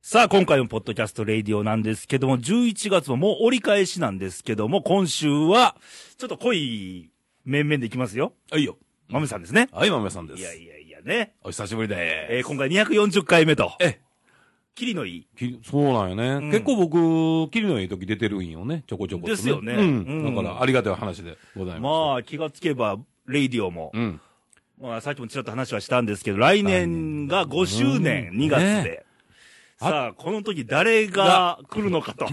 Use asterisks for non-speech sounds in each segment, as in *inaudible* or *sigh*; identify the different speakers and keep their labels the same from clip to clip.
Speaker 1: さあ、今回のポッドキャストレイディオなんですけども、11月ももう折り返しなんですけども、今週は、ちょっと濃い面々でいきますよ。
Speaker 2: はいよ。
Speaker 1: まめさんですね。
Speaker 2: はい、まめさんです。
Speaker 1: いやいやいやね。
Speaker 2: お久しぶりで
Speaker 1: えー今回240回目と。
Speaker 2: ええ。
Speaker 1: キリのいい。
Speaker 2: きそうなんよね。
Speaker 1: ん
Speaker 2: 結構僕、キリのいい時出てるんよね、ちょこちょこと、
Speaker 1: ですよね
Speaker 2: う
Speaker 1: うん
Speaker 2: ん。だから、ありがたい話でございます。
Speaker 1: まあ、気がつけば、レイディオも、
Speaker 2: うん。 *laughs*
Speaker 1: まあ、さっきもちらっと話はしたんですけど、来年が5周年、
Speaker 2: うん
Speaker 1: 2月で。
Speaker 2: ね
Speaker 1: さあ、この時誰が来るのかと。
Speaker 2: 楽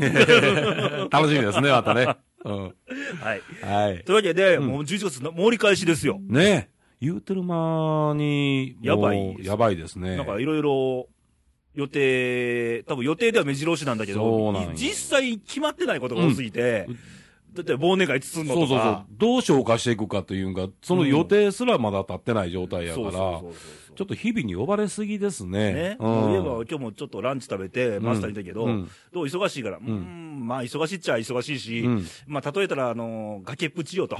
Speaker 2: しみですね、またね。うん。
Speaker 1: *laughs* はい。
Speaker 2: はい
Speaker 1: と。いうわけで、もう11月の、もう折り返しですよ。
Speaker 2: ねえ。言うてる間に、
Speaker 1: やばい
Speaker 2: もうやばいですね。
Speaker 1: なんかいろいろ予定、多分予定では目白押しなんだけ
Speaker 2: そう
Speaker 1: ど
Speaker 2: なん、や
Speaker 1: 実際決まってないことが多すぎて、だって忘年会包むの
Speaker 2: そう
Speaker 1: と
Speaker 2: そうそう
Speaker 1: か。。
Speaker 2: どう消化していくかというんか、その予定すらまだ立ってない状態やから、ちょ
Speaker 1: そうそう
Speaker 2: っと日々に呼ばれすぎです
Speaker 1: そう
Speaker 2: ね。
Speaker 1: ね、
Speaker 2: うん
Speaker 1: そういえば今日もちょっとランチ食べて、マスターにいたけど、
Speaker 2: うん
Speaker 1: どう忙しいから、うーん、まあ忙しいっちゃ忙しいし、
Speaker 2: うん
Speaker 1: まあ例えたら、あの、崖っぷちよと。 *laughs*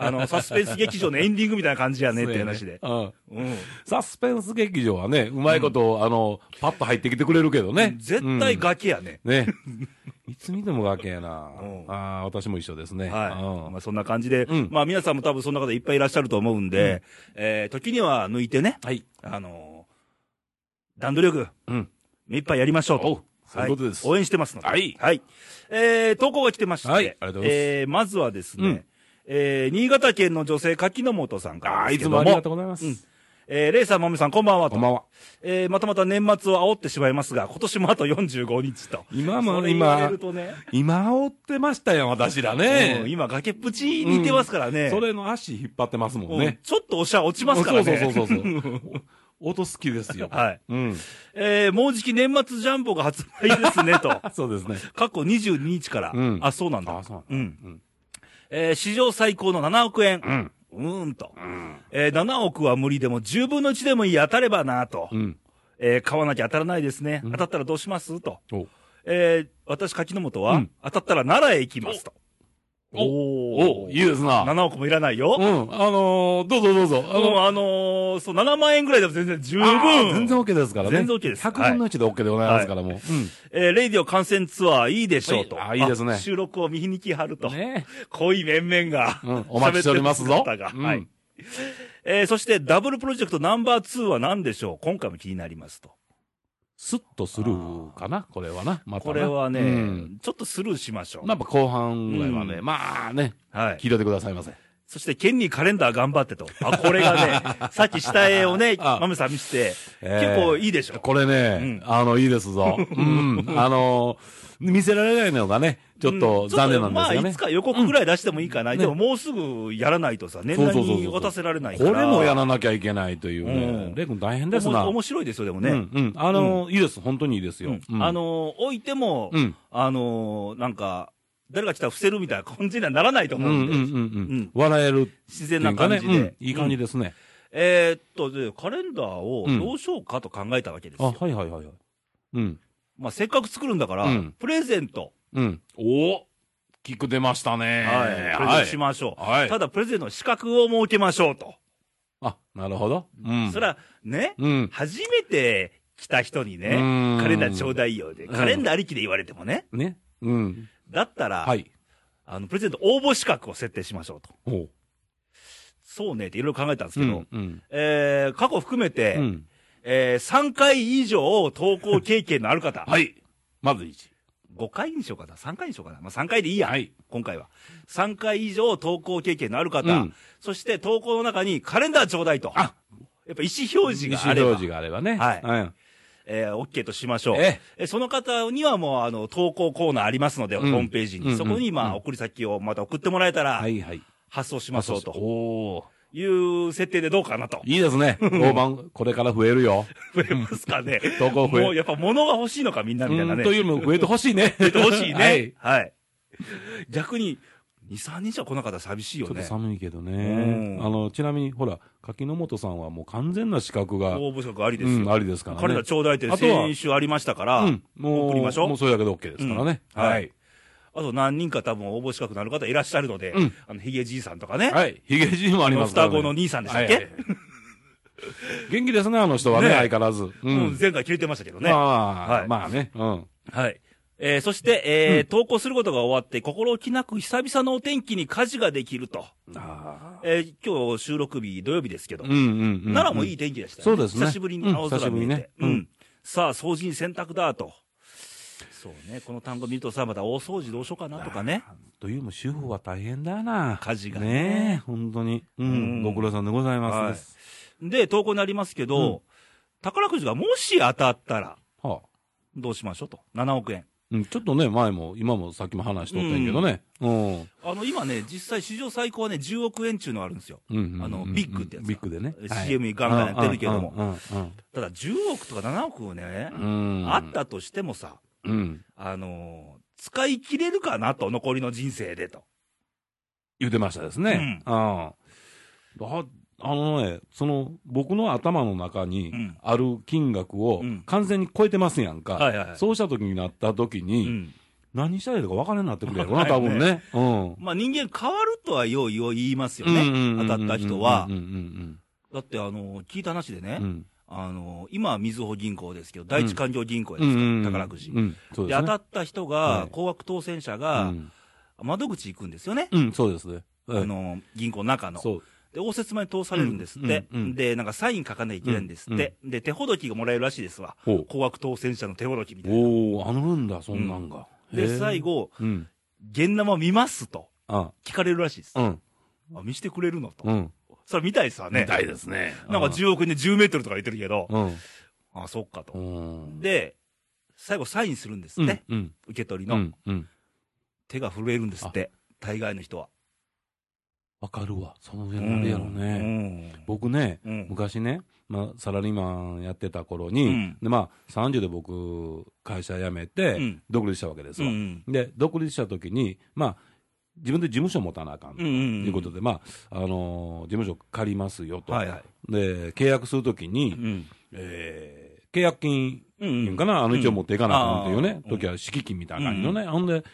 Speaker 1: あの、サスペンス劇場のエンディングみたいな感じやねって話で。
Speaker 2: うん
Speaker 1: うん。
Speaker 2: サスペンス劇場はね、うまいこと、あの、パッと入ってきてくれるけどね。
Speaker 1: 絶対
Speaker 2: うん
Speaker 1: 崖やね。
Speaker 2: ね。 *laughs* いつ見ても崖やな。
Speaker 1: うん
Speaker 2: ああ、私も一緒ですね。
Speaker 1: はい。ま
Speaker 2: うん
Speaker 1: あそんな感じで、
Speaker 2: うん
Speaker 1: まあ皆さんも多分そんな方いっぱいいらっしゃると思うんで、えー、時には抜いてね、
Speaker 2: はい。
Speaker 1: あのー段取りよく、
Speaker 2: うん。
Speaker 1: 目いっぱいやりましょうと。
Speaker 2: おうそういうことです
Speaker 1: はい応援してますので。
Speaker 2: はい
Speaker 1: えー、投稿が来てまして、
Speaker 2: はいありがとうございます
Speaker 1: えー、まずはですね、
Speaker 2: うん
Speaker 1: えー、新潟県の女性柿の本さんか
Speaker 2: あ
Speaker 1: ら
Speaker 2: あ、
Speaker 1: です
Speaker 2: い
Speaker 1: けど
Speaker 2: つも
Speaker 1: も、
Speaker 2: ありがとうございます。
Speaker 1: うんえー、レイさん、まみさん、こんばんはと。
Speaker 2: こんばんは。
Speaker 1: えー、またまた年末を煽ってしまいますが、今年もあと45日と。
Speaker 2: 今
Speaker 1: そ
Speaker 2: も、
Speaker 1: れ言われ
Speaker 2: 今
Speaker 1: る、とね、
Speaker 2: 今追ってましたよ、私ら
Speaker 1: うん
Speaker 2: ね。
Speaker 1: 今崖っぷちに似てますからね。
Speaker 2: それの足引っ張ってますもん
Speaker 1: うん
Speaker 2: ね。
Speaker 1: ちょっとおしゃ落ちますからね。
Speaker 2: そうそうそうそう
Speaker 1: *laughs*
Speaker 2: そう。お音好きですよ。
Speaker 1: はい。
Speaker 2: うん。
Speaker 1: えー、もうじき年末ジャンボが発売ですね、
Speaker 2: *laughs*
Speaker 1: と。
Speaker 2: そうですね。
Speaker 1: 過去22日から。
Speaker 2: うん
Speaker 1: あ、そうなんだ。
Speaker 2: あそう
Speaker 1: う。
Speaker 2: なん
Speaker 1: えー史上最高の7億円。
Speaker 2: ん
Speaker 1: うーんと。えー7億は無理でも10分の1でもいい当たればなと。
Speaker 2: うん。
Speaker 1: えー買わなきゃ当たらないですね。当たったらどうしますと。
Speaker 2: お
Speaker 1: えー私、柿の本は、
Speaker 2: うん
Speaker 1: 当たったら奈良へ行きますと。
Speaker 2: お
Speaker 1: お
Speaker 2: お
Speaker 1: ー
Speaker 2: いいですな。
Speaker 1: 7億もいらない
Speaker 2: うん。
Speaker 1: よ。
Speaker 2: あのー、どうぞどうぞ。あ
Speaker 1: あの、
Speaker 2: の、
Speaker 1: あのーそう、7万円ぐらいでも全然十分。
Speaker 2: 全然 OK ですからね。
Speaker 1: 全然 OK です
Speaker 2: 100分の1で OK でございますから、もう。
Speaker 1: えーレイディオ観戦ツアーいいでしょうと。
Speaker 2: はいあいいですね
Speaker 1: 収録を見に来はると。
Speaker 2: うん。ね
Speaker 1: 濃い面々が、
Speaker 2: うんお待ちしておりますぞ
Speaker 1: 喋ってる姿
Speaker 2: うん
Speaker 1: がはい。えーそして、ダブルプロジェクトナンバー2は何でしょう今回も気になりますと。
Speaker 2: スッとスルーかな、これはな。また
Speaker 1: こ
Speaker 2: な
Speaker 1: れはね、
Speaker 2: うん
Speaker 1: ちょっとスルーしましょう。
Speaker 2: やっぱ後半ぐらいはね、
Speaker 1: う
Speaker 2: まあね、
Speaker 1: はい。
Speaker 2: 聞いといてくださいませ。
Speaker 1: そして、ケンにカレンダー頑張ってと。あ、これが
Speaker 2: *laughs*
Speaker 1: ね、さっき下絵をね、
Speaker 2: あ
Speaker 1: マムさん見せて、
Speaker 2: えー
Speaker 1: 結構いいでしょう。
Speaker 2: これね、
Speaker 1: う
Speaker 2: あの、いいで
Speaker 1: *laughs*
Speaker 2: すぞ。うん。あの、見せられないのがね、ちょっと残念なんですよ
Speaker 1: まあ、
Speaker 2: ね
Speaker 1: いつ。か予告ぐらい出してもいいかな。
Speaker 2: ん
Speaker 1: でも、もうすぐやらないとさ、年
Speaker 2: そう
Speaker 1: 内
Speaker 2: そうそう
Speaker 1: に
Speaker 2: そう
Speaker 1: 渡せられない
Speaker 2: こ
Speaker 1: から。
Speaker 2: れもやらなきゃいけないという
Speaker 1: うん
Speaker 2: ね。レイ君大変ですな。
Speaker 1: おも面白いですよ、でも
Speaker 2: う
Speaker 1: ね。
Speaker 2: ん、うん。あの、いいです。本当にいいですよ。うん
Speaker 1: あ、のー置いても、
Speaker 2: うん
Speaker 1: あのーなんか、誰が来たら伏せるみたいな感じにはならないと
Speaker 2: うん
Speaker 1: 思
Speaker 2: う
Speaker 1: うんん
Speaker 2: うん
Speaker 1: で、
Speaker 2: うん。笑えるって
Speaker 1: 自
Speaker 2: い
Speaker 1: 然
Speaker 2: う
Speaker 1: な
Speaker 2: か
Speaker 1: 感
Speaker 2: ね。
Speaker 1: じで。
Speaker 2: うんいい感じですね。
Speaker 1: えーっとで、カレンダーを
Speaker 2: うん
Speaker 1: どうしようかと考えたわけです
Speaker 2: あ、
Speaker 1: よ。
Speaker 2: はいはいはいはい。うん。
Speaker 1: まあ、せっかく作るんだから、
Speaker 2: うん
Speaker 1: プレゼント、
Speaker 2: うん。おキック出ましたね。
Speaker 1: はい、プレゼントしましょう。
Speaker 2: はい
Speaker 1: ただ、プレゼントの資格を設けましょうと。
Speaker 2: あ、なるほど。うん。
Speaker 1: それは、ね、
Speaker 2: うん。
Speaker 1: 初めて来た人にね、
Speaker 2: うん
Speaker 1: カレンダーちょうだいよで、カレンダーありきで言われてもね、
Speaker 2: ね。うん。
Speaker 1: だったら、
Speaker 2: はい。
Speaker 1: あの、プレゼント応募資格を設定しましょうと。
Speaker 2: おう。
Speaker 1: そうねっていろいろ考えたんです
Speaker 2: う
Speaker 1: けど、
Speaker 2: ん。うん。
Speaker 1: えー過去含めて、
Speaker 2: うん
Speaker 1: えー3回以上投稿経験のある方。
Speaker 2: はい。まず1。
Speaker 1: 5回にしようかな。3回にしようかな。まあ、3回でいいや。
Speaker 2: はい
Speaker 1: 今回は。3回以上投稿経験のある方。
Speaker 2: うん
Speaker 1: そして投稿の中にカレンダーちょうだいと。
Speaker 2: あ
Speaker 1: やっぱ意思表示
Speaker 2: 西
Speaker 1: があれば。
Speaker 2: 表示があればね。
Speaker 1: はい
Speaker 2: うん。
Speaker 1: えー、OK としましょう。
Speaker 2: え
Speaker 1: えその方にはもう、あの、投稿コーナーありますので、
Speaker 2: ん
Speaker 1: ホームページに。
Speaker 2: うんうん
Speaker 1: そこに、まあ、送り先をまた送ってもらえたら、
Speaker 2: はいはい。
Speaker 1: 発送しましょうと
Speaker 2: おお。
Speaker 1: いう設定でどうかなと。
Speaker 2: いいで
Speaker 1: *laughs*
Speaker 2: すね。評判、これから増えるよ。
Speaker 1: 増えますかね。
Speaker 2: 投稿増え
Speaker 1: もうやっぱ物が欲しいのか、みんなみたいな
Speaker 2: う
Speaker 1: ね。
Speaker 2: んというよりも増えてほしいね。
Speaker 1: 言
Speaker 2: 増
Speaker 1: ってほしい
Speaker 2: *laughs* は
Speaker 1: ね
Speaker 2: い。。
Speaker 1: はい。逆に、2、3人じゃ来なかったら寂しいよ
Speaker 2: ちょっと
Speaker 1: ね。
Speaker 2: 寒いけど
Speaker 1: う
Speaker 2: ね。
Speaker 1: ん
Speaker 2: あの、ちなみに、ほら、柿の本さんはもう完全な資格が、
Speaker 1: 応募資格ありですよ。
Speaker 2: うん、ありですからね。
Speaker 1: 彼らちょうだいって
Speaker 2: あとは
Speaker 1: 先週ありましたから、
Speaker 2: うん、もう、
Speaker 1: 送りましょう
Speaker 2: もうそれだけで OK ですからね。
Speaker 1: うんはい。あと何人か多分応募資格のある方いらっしゃるので、あの、ヒゲじいさんとかね、
Speaker 2: はい。ヒゲじいもありますから、ね。
Speaker 1: 双子の兄さんでしたっけ
Speaker 2: はいはいはい元気ですね、あの人はね、
Speaker 1: ね
Speaker 2: 相変わらず。う
Speaker 1: うん。。前回切れてましたけどね。
Speaker 2: まあ、
Speaker 1: はい
Speaker 2: まあね。うん。
Speaker 1: はい。えー、そして、えー投稿することが終わって、心置きなく久々のお天気に家事ができると。
Speaker 2: あ
Speaker 1: えー、今日収録日、土曜日ですけど、
Speaker 2: うんうんうん。
Speaker 1: 奈良もい
Speaker 2: い。
Speaker 1: い天気でした、
Speaker 2: そうですね
Speaker 1: 久しぶりに
Speaker 2: うん
Speaker 1: 青空見えて、
Speaker 2: 久しぶりね
Speaker 1: う
Speaker 2: うんん
Speaker 1: さあ、掃除に洗濯だと。そうね、この単語見るとさ、また大掃除どうしようかなとかね。
Speaker 2: というも主婦は大変だな。
Speaker 1: 家事がね
Speaker 2: ねえ、本当に。う
Speaker 1: うん
Speaker 2: ん。ご苦労さんでござい
Speaker 1: はい
Speaker 2: ます。
Speaker 1: で、投稿になりますけど、
Speaker 2: うん
Speaker 1: 宝くじがもし当たったら、
Speaker 2: はあ。
Speaker 1: どうしましょうと。7億円。
Speaker 2: うん、ちょっとね、前も、今もさっきも話しとったんやけどね。うん。
Speaker 1: あの、今ね、実際史上最高はね、10億円中のあるんですよ。
Speaker 2: うんうんうん
Speaker 1: あのビッグってやつ
Speaker 2: ビッグでね。
Speaker 1: CM にガンガンやってるけども
Speaker 2: も。
Speaker 1: ただ、10億とか7億をね、
Speaker 2: うんうんうん。
Speaker 1: あったとしてもさ、
Speaker 2: うん。
Speaker 1: あのー使い切れるかなと、残りの人生でと。
Speaker 2: 言ってましたですね。うん。ああのね、その、僕の頭の中
Speaker 1: う
Speaker 2: に
Speaker 1: ん
Speaker 2: ある金額を
Speaker 1: うん
Speaker 2: 完全に超えてますやんか。
Speaker 1: はいはいはい
Speaker 2: そうした時になった時
Speaker 1: う
Speaker 2: に、
Speaker 1: ん。
Speaker 2: 何したらいいのか分からんようになってくるやろな、多分ね。うん。
Speaker 1: まあ人間変わるとはようよう言いますよ
Speaker 2: うんうんうんう
Speaker 1: ね。
Speaker 2: ん
Speaker 1: 当たった人は
Speaker 2: うん。うん
Speaker 1: だってあの、聞いた話でね
Speaker 2: うん、うん。
Speaker 1: あの、今はみずほ銀行ですけど、第一環境銀行や
Speaker 2: う
Speaker 1: で
Speaker 2: ん
Speaker 1: すか、
Speaker 2: うんうん
Speaker 1: 宝くじ。
Speaker 2: う
Speaker 1: で、
Speaker 2: ん。そうです
Speaker 1: 当
Speaker 2: ね。
Speaker 1: たった人
Speaker 2: は
Speaker 1: が
Speaker 2: い、
Speaker 1: 高額当選者が
Speaker 2: う、ん
Speaker 1: 窓口行くんですよね。
Speaker 2: うん、そうですね。
Speaker 1: あの、銀行の中の。
Speaker 2: そう。
Speaker 1: で、応接間に通されるんですって。
Speaker 2: うんうんうん
Speaker 1: で、なんかサイン書かないといけないんですって。で、手ほどきがもらえるらしいですわ。
Speaker 2: ほう
Speaker 1: 高額当選者の手ほどきみたいな。
Speaker 2: おおあるんだ、そんなんが。へ
Speaker 1: で、
Speaker 2: ー
Speaker 1: 最。後、
Speaker 2: うん。
Speaker 1: 現生見ますと
Speaker 2: あ、
Speaker 1: 聞かれるらしいです。
Speaker 2: うん。
Speaker 1: あ見してくれるのと。
Speaker 2: うん。
Speaker 1: それ見たいですわね。
Speaker 2: みたいですね。
Speaker 1: なんか
Speaker 2: 十
Speaker 1: 10億円で10メートルとか言ってるけど、
Speaker 2: うん。
Speaker 1: あ、そっか
Speaker 2: う
Speaker 1: と。
Speaker 2: ん。
Speaker 1: で、最後サインするんです
Speaker 2: う
Speaker 1: っ
Speaker 2: ん
Speaker 1: て。
Speaker 2: うん。
Speaker 1: 受け取り
Speaker 2: う
Speaker 1: の。
Speaker 2: ん。うん。
Speaker 1: 手が震えるんですって。大概の人は。
Speaker 2: わかるわ。その辺なるやろね。
Speaker 1: ね。
Speaker 2: 僕ね、
Speaker 1: うん。
Speaker 2: 昔ね、まあ、サラリーマンやってた頃
Speaker 1: う
Speaker 2: に
Speaker 1: ん、
Speaker 2: で、まあ、30で僕、会社辞め
Speaker 1: う
Speaker 2: て
Speaker 1: ん、
Speaker 2: 独立したわけです
Speaker 1: う
Speaker 2: わ。
Speaker 1: ん。
Speaker 2: で、独立した時に、まあ、自分で事務所持たなあかん。
Speaker 1: う
Speaker 2: と
Speaker 1: ん。
Speaker 2: いうことで、まあ、あのー事務所借りますよと。
Speaker 1: はいはい。
Speaker 2: で、契約するとき
Speaker 1: う
Speaker 2: に、
Speaker 1: ん。
Speaker 2: えー契約金
Speaker 1: う
Speaker 2: い
Speaker 1: ん。
Speaker 2: うんかな、あの一応持っていかなあかんっていうね
Speaker 1: う、ん
Speaker 2: 時は敷金みたいな感じのね、ほんで、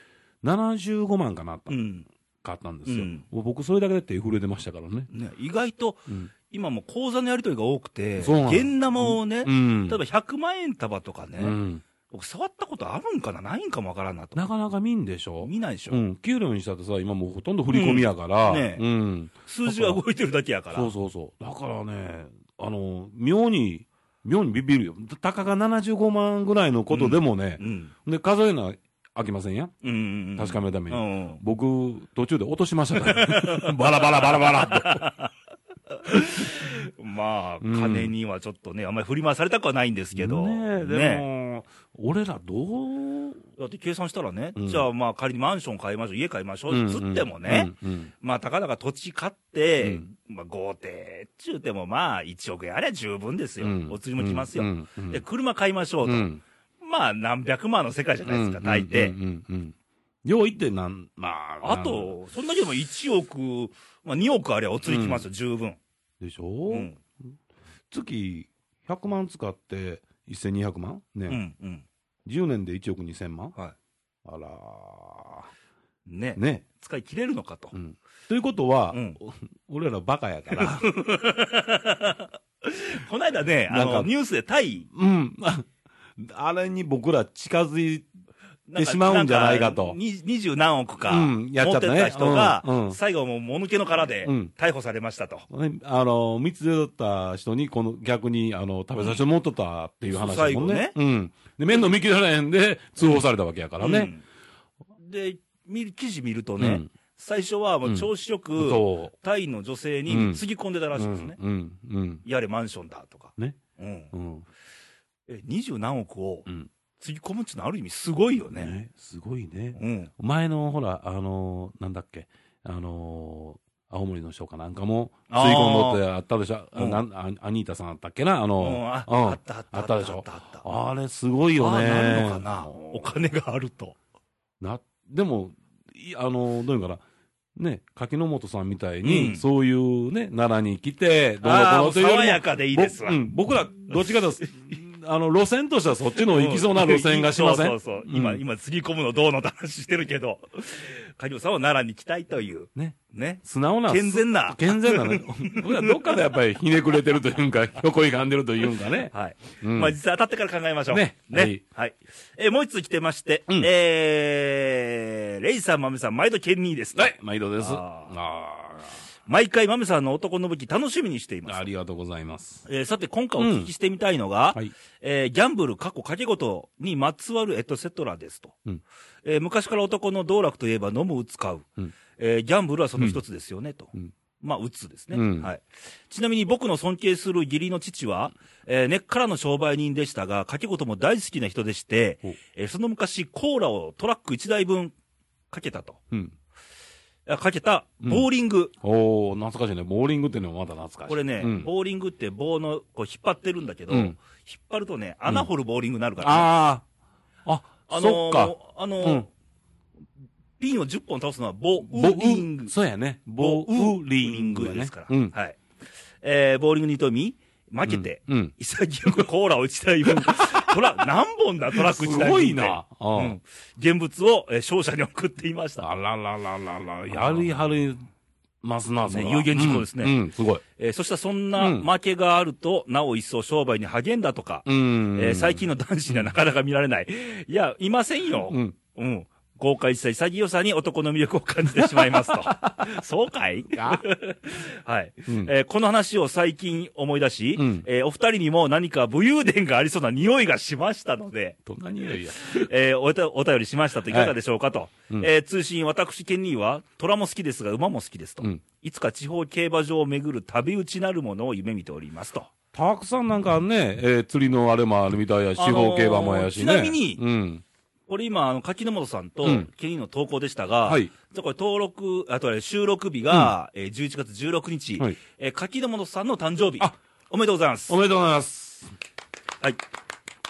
Speaker 2: 75万かなった、
Speaker 1: うん。
Speaker 2: 買ったんですよ、
Speaker 1: うん
Speaker 2: もう僕、それだけで手震えてましたからね、
Speaker 1: ね、意外と、
Speaker 2: うん
Speaker 1: 今もう口座のやり取りが多くて、
Speaker 2: そうなの
Speaker 1: 現生をね、
Speaker 2: うん
Speaker 1: 例えば100万円束とかね、
Speaker 2: うん
Speaker 1: 僕触ったことあるんかなないんかもわからんなと。
Speaker 2: なかなか見んでしょ、
Speaker 1: 見ないでしょ。
Speaker 2: うん、給料にしたってさ、今もうほとんど振り込みやから、
Speaker 1: う
Speaker 2: うんん
Speaker 1: ねえ数字が動いてるだけやから。
Speaker 2: そうそうそう、だからね、あの妙に、妙にビビるよ、たかが75万ぐらいのことでもね、
Speaker 1: うん。
Speaker 2: で数えなあきませんや、
Speaker 1: うんうんうん。
Speaker 2: 確かめるために。
Speaker 1: うん。
Speaker 2: 僕、途中で落としまし
Speaker 1: *laughs*
Speaker 2: たから。バラバラバラバラっ
Speaker 1: まあ、
Speaker 2: うん
Speaker 1: 金にはちょっとね、あんまり振り回されたくはないんです
Speaker 2: て。
Speaker 1: けど。
Speaker 2: ねえ、でも、
Speaker 1: ね
Speaker 2: 俺らどう、
Speaker 1: だって計算したらね、
Speaker 2: うん
Speaker 1: じゃあまあ仮にマンション買いましょう、家買いましょう、つってもね、
Speaker 2: うんうん
Speaker 1: まあたかだか土地買って、
Speaker 2: うん
Speaker 1: まあ豪邸っちゅうてもまあ1億円あれば十分ですよ。
Speaker 2: うん
Speaker 1: お釣りも来ますよ。
Speaker 2: うんうん
Speaker 1: で、車買いましょう
Speaker 2: う
Speaker 1: と。
Speaker 2: ん
Speaker 1: まあ何百万の世界じゃないですか、
Speaker 2: うん
Speaker 1: 大
Speaker 2: う
Speaker 1: 抵。
Speaker 2: んうんうん用意ってなん、まあ、
Speaker 1: あ、と、そんだけでも1億、まあ2億あればお釣り来ますよ、十分。
Speaker 2: でしょ、
Speaker 1: うん。
Speaker 2: 月100万使って1200万
Speaker 1: う
Speaker 2: ね、
Speaker 1: ん。うん。
Speaker 2: 10年で1億2000万
Speaker 1: は
Speaker 2: あら
Speaker 1: い。ね
Speaker 2: ー。ね、
Speaker 1: 使い切れるのかと
Speaker 2: う。ん。ということは、
Speaker 1: うん
Speaker 2: 俺らバカや
Speaker 1: *laughs*
Speaker 2: から、
Speaker 1: この間ね、あ
Speaker 2: なん
Speaker 1: の、
Speaker 2: か
Speaker 1: ニュースでタイ、
Speaker 2: うん。 *laughs* あれに僕ら近づい
Speaker 1: なん
Speaker 2: て
Speaker 1: か
Speaker 2: しまうんじゃないかと
Speaker 1: んに二十何億か、
Speaker 2: うんやっち
Speaker 1: 持っ
Speaker 2: ゃってたね
Speaker 1: た人が
Speaker 2: うんう、ん
Speaker 1: 最後もうもぬけの殻で
Speaker 2: うん
Speaker 1: 逮捕されましたと。
Speaker 2: ねあの、三つだった人に、この逆に、あの、食べさせてもらっとったっていう話だもんね。うん。で、面倒見切られへんで、通報されたわけやからね。
Speaker 1: うん。で、見る記事見ると
Speaker 2: う
Speaker 1: ね
Speaker 2: ん、
Speaker 1: 最初はもう調子よく、
Speaker 2: そ
Speaker 1: タイの女性
Speaker 2: う
Speaker 1: に
Speaker 2: ん
Speaker 1: つぎ込んでた
Speaker 2: う。
Speaker 1: ら
Speaker 2: う
Speaker 1: しいです
Speaker 2: ん
Speaker 1: ね。。
Speaker 2: うん。うん。
Speaker 1: やれマンションだとか。
Speaker 2: ね。
Speaker 1: うん。
Speaker 2: うん。
Speaker 1: え、二十何億を
Speaker 2: うん。
Speaker 1: つぎ込むっていうのはある意味すごいよね。
Speaker 2: ね。すごいね。
Speaker 1: うん。
Speaker 2: 前の、ほら、あの、なんだっけ、あの、青森の人かなんかも、追
Speaker 1: あー
Speaker 2: い込んどってあったでしょ。
Speaker 1: うん
Speaker 2: なんあアニータさんあったっけなあ
Speaker 1: う
Speaker 2: の、
Speaker 1: んあ
Speaker 2: うん
Speaker 1: あったあった
Speaker 2: あったでしょ
Speaker 1: あったあった。
Speaker 2: あれ、すごいよ
Speaker 1: ああ
Speaker 2: ね。
Speaker 1: なるのかなお金があると。
Speaker 2: な、でも、いあの、どういうのかな、ね、柿本さんみたい
Speaker 1: うん
Speaker 2: に、そういうね、奈良に来て、どうの
Speaker 1: ああ
Speaker 2: こ
Speaker 1: も
Speaker 2: うの
Speaker 1: う
Speaker 2: というよ
Speaker 1: 爽
Speaker 2: りも
Speaker 1: やかでいいですわ
Speaker 2: ぼう。ん、僕ら、どっちかというと、あ
Speaker 1: *laughs*
Speaker 2: あの、路線としてはそっちの行きそうな路線がしません。
Speaker 1: そうそうそう今、今、つぎ込むのどうのって話してるけ
Speaker 2: *laughs*
Speaker 1: ど、カリオさんは奈良に来たいという。
Speaker 2: ね。
Speaker 1: ね。
Speaker 2: 素直な。
Speaker 1: 健全な
Speaker 2: 健全なね。 *laughs* 僕らどっかでやっぱりひねくれてるというか、 *laughs* 横歪んでるというかね。
Speaker 1: はい。
Speaker 2: うん
Speaker 1: まあ実際当たってから考えましょう。
Speaker 2: ね
Speaker 1: ね。
Speaker 2: は
Speaker 1: はい
Speaker 2: い。
Speaker 1: えーもう一つ来てまして、
Speaker 2: ん
Speaker 1: えー、レイさん、マメさん、毎度ケンニーです。
Speaker 2: はい、毎度です。
Speaker 1: あ
Speaker 2: あ
Speaker 1: 毎回マメさんの男の武器楽しみにしてい
Speaker 2: ー
Speaker 1: ま
Speaker 2: あ
Speaker 1: す。
Speaker 2: りがとうございます。
Speaker 1: えーさて、今回お聞きしてみたいのが、
Speaker 2: はい。
Speaker 1: えーギャンブル、過去掛け事にまつわるエトセトラですと。
Speaker 2: うん
Speaker 1: えー昔から男の道楽といえば飲む、打つ、買う。
Speaker 2: うん
Speaker 1: えーギャンブルはその一つですよね、と。
Speaker 2: うん
Speaker 1: まあ、打つですね、
Speaker 2: うん
Speaker 1: はい。ちなみに僕の尊敬する義理の父は、えー根っからの商売人でしたが、掛け事も大好きな人でして
Speaker 2: ほう、
Speaker 1: えーその昔、コーラをトラック1台分かけたと。
Speaker 2: うん。
Speaker 1: あかけた、ボーリング。
Speaker 2: おー、懐かしいね。ボーリングっていうのもまた懐かしい。
Speaker 1: これね、
Speaker 2: うん
Speaker 1: ボーリングって棒の、こう引っ張ってるんだけど、
Speaker 2: うん
Speaker 1: 引っ張るとね、穴掘るボーリングになるから、ね
Speaker 2: ああ。あ、
Speaker 1: あのー
Speaker 2: そっか。
Speaker 1: あのー
Speaker 2: うん
Speaker 1: ピンを10本倒すのはボ
Speaker 2: ボ
Speaker 1: ウリング。
Speaker 2: そうやね。ボウリング
Speaker 1: ボウ
Speaker 2: やね
Speaker 1: ですから。
Speaker 2: うん。
Speaker 1: はい。えー、ボーリングに挑み、負けて、
Speaker 2: うん。
Speaker 1: 潔くコーラを1台分、
Speaker 2: *laughs*
Speaker 1: トラ、何本だ、トラック
Speaker 2: す
Speaker 1: 1台分。
Speaker 2: ごい。な。う
Speaker 1: うんん。現物を、えー商社に送っていました。
Speaker 2: あらららららやりはりますな、それは
Speaker 1: ね有言実行ですね
Speaker 2: うんうん、すごい。
Speaker 1: えーそしたらそんな
Speaker 2: うん
Speaker 1: 負けがあると、なお一層商売に励んだとか、
Speaker 2: うん
Speaker 1: えー最近の男子にはなかなか見られない。いや、いませんよ。
Speaker 2: うん。
Speaker 1: うん。豪快さ潔さに男の魅力を感じてしまいます
Speaker 2: *laughs*
Speaker 1: と。そうかい
Speaker 2: あ
Speaker 1: *laughs* はい、
Speaker 2: うん
Speaker 1: えーこの話を最近思い出し、
Speaker 2: うん
Speaker 1: えーお二人にも何か武勇伝がありそうな匂いがしましたの
Speaker 2: *laughs*
Speaker 1: で、
Speaker 2: どんな匂いや。
Speaker 1: えーおたお便りしましたといかがでしょうかと。
Speaker 2: うん
Speaker 1: えー通信、私、ケンニーは、虎も好きですが、馬も好きですと。
Speaker 2: うん
Speaker 1: いつか地方競馬場を巡る旅打ちなるものを夢見ておりますと。
Speaker 2: たくさんなんかね、えー釣りのあれもあるみたいやし、
Speaker 1: あ
Speaker 2: 地
Speaker 1: のー
Speaker 2: 方競馬もやしね。
Speaker 1: ちなみに
Speaker 2: うん。
Speaker 1: これ今、あの、柿本さんと
Speaker 2: うん、
Speaker 1: ケニーの投稿でしたが、
Speaker 2: はい
Speaker 1: じゃあこれ登録、あとあれ収録日が、えー11月16日、
Speaker 2: はい
Speaker 1: えー柿本さんの誕生日。
Speaker 2: あ
Speaker 1: おめでとうございます。
Speaker 2: おめでとうございます。
Speaker 1: はい。